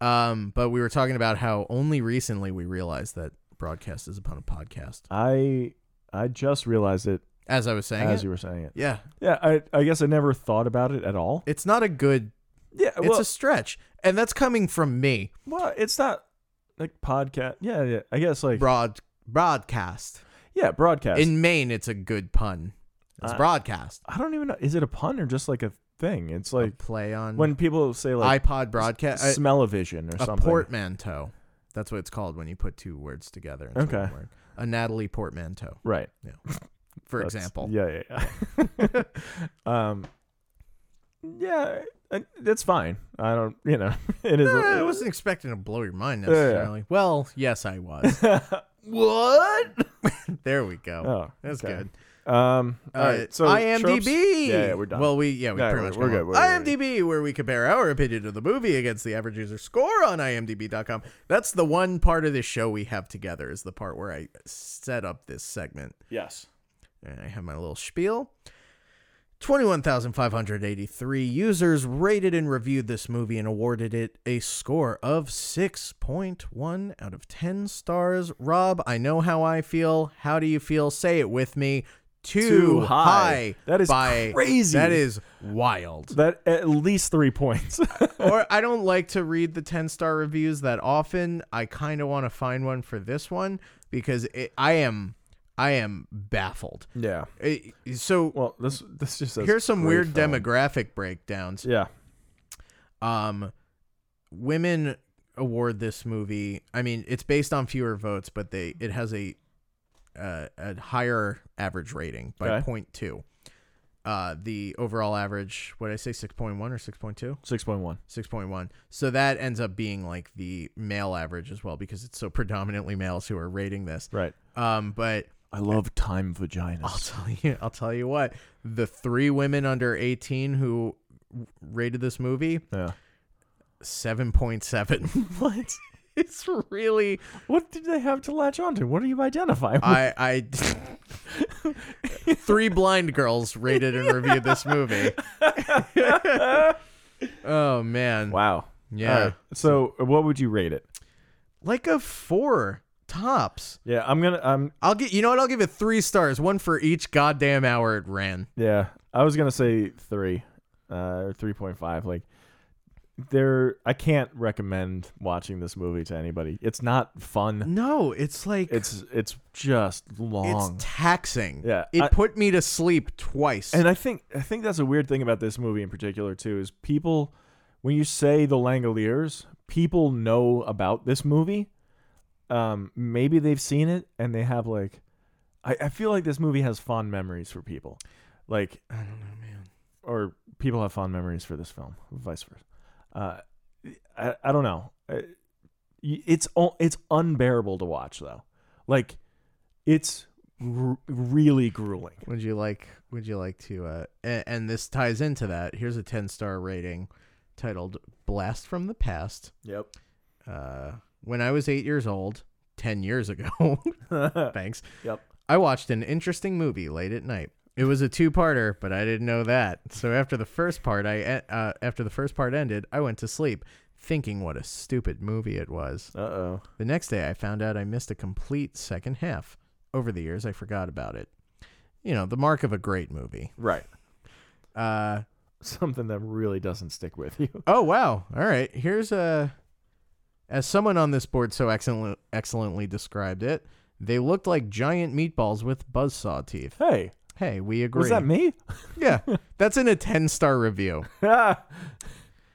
Um, but we were talking about how only recently we realized that broadcast is upon a podcast. I I just realized it As I was saying, as it. you were saying it. yeah, Yeah, I I guess I never thought about it at all. it's not a good. Yeah, It's Uh, well, a stretch, and that's coming from me. well, it's not like podcast. Yeah, yeah. I guess like Broad broadcast yeah, broadcast. in Maine, it's a good pun. It's Uh, broadcast. I don't even know. Is it a pun or just like a thing? It's like Play on when people say like iPod broadcast. uh, smell-o-vision or a something. portmanteau. That's what it's called when you put two words together. Into one Okay. word. A Natalie portmanteau, right. for That's- example. Yeah, yeah, yeah. um, yeah, And that's fine. I don't, you know, it is. Eh, I wasn't expecting to blow your mind Ah. yeah. necessarily. Well, yes, I was. what? there we go. Oh, That's okay. good. Um, all Uh, right. So IMDb. tropes- Yeah, yeah, we're done. Well, we yeah, we Yeah, pretty we're- much we're got good, one. we're good, we're IMDb, where we compare our opinion of the movie against the average user score on IMDb.com. That's the one part of this show we have together. Is the part where I set up this segment. yes. And I have my little spiel. 21,583 users rated and reviewed this movie and awarded it a score of 6.1 out of 10 stars. Rob, I know how I feel. How do you feel? Say it with me. Too, Too high. That is by- crazy. That is wild. That at least three points. or I don't like to read the 10 star reviews that often. I kind of want to find one for this one because it, I am I am baffled. yeah. It- so Well, this this just says here's some great weird film. demographic breakdowns. Yeah. Um, women award this movie. I mean, it's based on fewer votes, but they it has a uh, a higher average rating by Okay. point two. Uh, the overall average, what did I say, six point one or six point two? Six point one. 6.1. So that ends up being like the male average as well because it's so predominantly males who are rating this. Right. Um but I love time I'll vaginas. tell you. I'll tell you what. The three women under eighteen who rated this movie Yeah. seven point seven. What? It's really. What did they have to latch onto? What do you identify? with? I. I. three blind girls rated and reviewed this movie. oh man. wow. Yeah. All right. So, what would you rate it? Like a four tops. Yeah, I'm gonna. I'm. I'll get. You know what? I'll give it three stars, one for each goddamn hour it ran. Yeah, I was gonna say three, uh, or three point five. Like, there. I can't recommend watching this movie to anybody. It's not fun. No, it's like It's it's just it's long. taxing. Yeah, It I- put me to sleep twice. and I think I think that's a weird thing about this movie in particular too is people when you say the Langoliers, people know about this movie. Um, maybe they've seen it and they have like I, I feel like this movie has fond memories for people. Like I don't know, man. Or people have fond memories for this film, vice versa. Uh, I, I don't know. I- y- It's o- it's unbearable to watch though. Like it's r- really grueling. Would you like? Would you like to? Uh, and, and this ties into that. Here's a ten star rating, titled "Blast from the Past." Yep. Uh, when I was eight years old, ten years ago. thanks. Yep. I watched an interesting movie late at night. It was a two-parter, but I didn't know that. So after the first part, I e- uh, after the first part ended, I went to sleep, thinking what a stupid movie it was. Uh oh. The next day, I found out I missed a complete second half. Over the years, I forgot about it. You know, the mark of a great movie. Right. Uh, Something that really doesn't stick with you. oh wow! All right, here's a. As someone on this board so excellent, excellently described it, they looked like giant meatballs with buzzsaw teeth. Hey, Hey, we agree. was that me? Yeah, that's in a ten star review.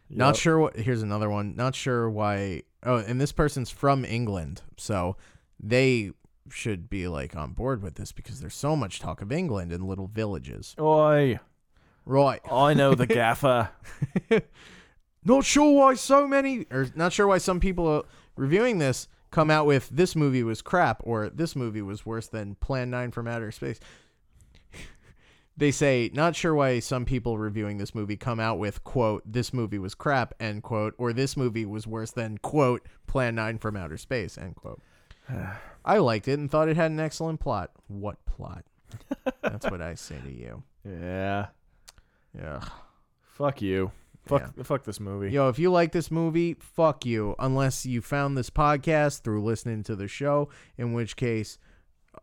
Not sure what. Here's another one. Not sure why. Oh, and this person's from England, so they should be like on board with this because there's so much talk of England in little villages. Oi, Right. I know the gaffer. Not sure why so many, or not sure why some people uh, reviewing this come out with this movie was crap or this movie was worse than Plan 9 from Outer Space. they say, not sure why some people reviewing this movie come out with, quote, this movie was crap, end quote, or this movie was worse than, quote, Plan 9 from Outer Space, end quote. I liked it and thought it had an excellent plot. What plot? That's what I say to you. yeah. Yeah. Fuck you. Fuck. Fuck this movie. Yo, if you like this movie, fuck you. Unless you found this podcast through listening to the show, in which case,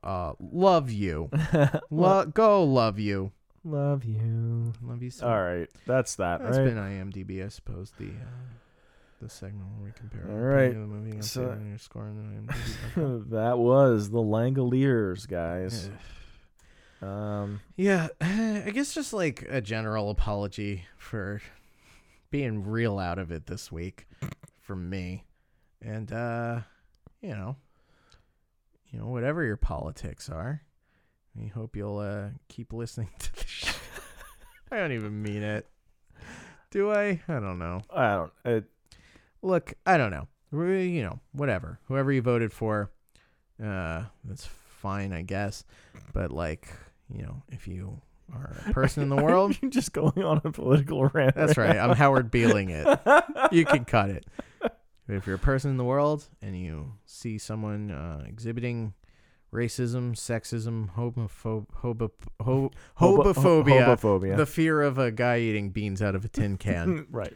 uh, love you. Lo- go love you. Love you. Love you so. All right. That's that. That's right. been IMDb, I suppose. The uh, the segment where we compare. All our opinion right. of the movie and So- so, your score on IMDb. that was the Langoliers, guys. um. yeah, I guess just like a general apology for being real out of it this week from me, and uh, you know, you know, whatever your politics are, we hope you'll uh, keep listening to the show. I don't even mean it. Do I? I don't know. I don't. It, Look, I don't know. We- You know, whatever. Whoever you voted for, uh, that's fine, I guess. But like, you know, if you are a person in the world, You're just going on a political rant. that's right. I'm Howard Beeling it. You can cut it. But if you're a person in the world and you see someone uh, exhibiting racism, sexism, homopho- hobo- ho- Hobo- hobophobia, hobophobia. the fear of a guy eating beans out of a tin can, Right.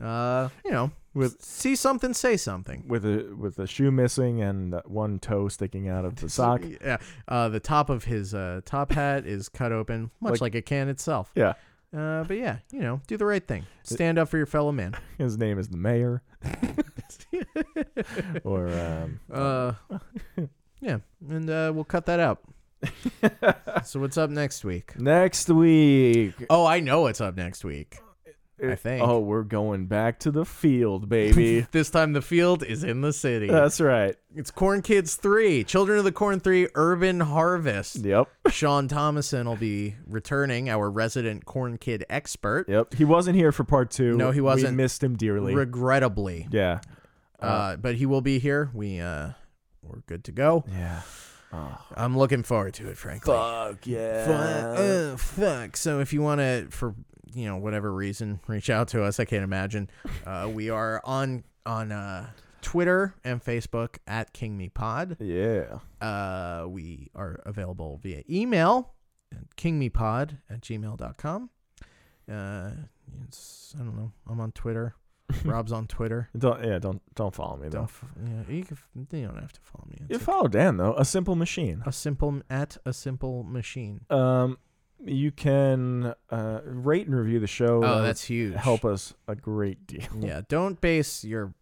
uh, you know, With- see something, say something. With a with a shoe missing and that one toe sticking out of the sock. Yeah, uh, the top of his uh, top hat is cut open, much like, Like- a can itself. Yeah. Uh, Uh, but yeah, you know, do the right thing. Stand up for your fellow man. His name is the mayor. or um, Uh, yeah, and uh, we'll cut that out. so what's up next week? next week. Oh, I know what's up next week. I think. Oh, we're going back to the field, baby. This time the field is in the city. That's right. it's Corn Kids 3, Children of the Corn 3, Urban Harvest. Yep. Sean Thomason will be returning, our resident Corn Kid expert, Yep. He wasn't here for part two. No, he wasn't. We missed him dearly. regrettably. yeah. Uh, but he will be here. We, uh, we're good to go. Yeah. I'm looking forward to it, frankly. Fuck yeah. Fuck. Uh, fuck. So if you want to, for you know whatever reason, reach out to us. I can't imagine. Uh, we are on on uh, Twitter and Facebook at King Me Pod. Yeah. Uh, we are available via email at kingmepod at gmail.com. Uh, it's, I don't know. I'm on Twitter. Rob's on Twitter. Don't yeah. Don't don't follow me Don't, though. f- yeah, you, can, f- you don't have to follow me. It's You follow Dan though. A simple machine. a simple at a simple machine. Um, you can uh, rate and review the show. That Oh, would that's huge. Help us a great deal. Yeah, don't base your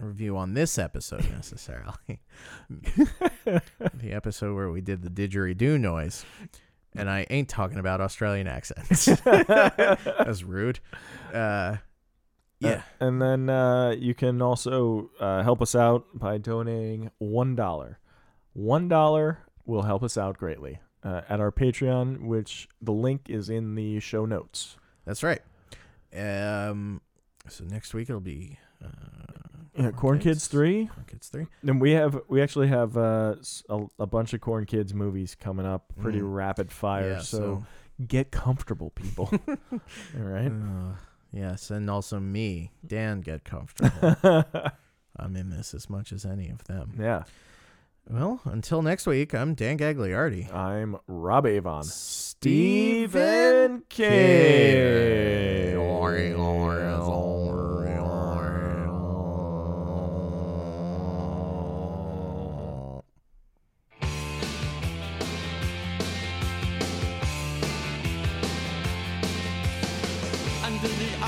review on this episode necessarily. the episode where we did the didgeridoo noise. And I ain't talking about Australian accents. That's rude. Uh, yeah. And then uh, you can also uh, help us out by donating one dollar. One dollar will help us out greatly uh, at our Patreon, which the link is in the show notes. That's right. Um, so next week it'll be uh, Yeah, Corn Kids Three. Corn Kids 3. And we have we actually have uh, s- a, a bunch of Corn Kids movies coming up pretty rapid fire. Mm. Yeah, so, so- get comfortable, people. All right. Yes, and also me, Dan, get comfortable. I'm in this as much as any of them. Yeah. Well, until next week, I'm Dan Gagliardi. I'm Rob Avon. Stephen King. Under the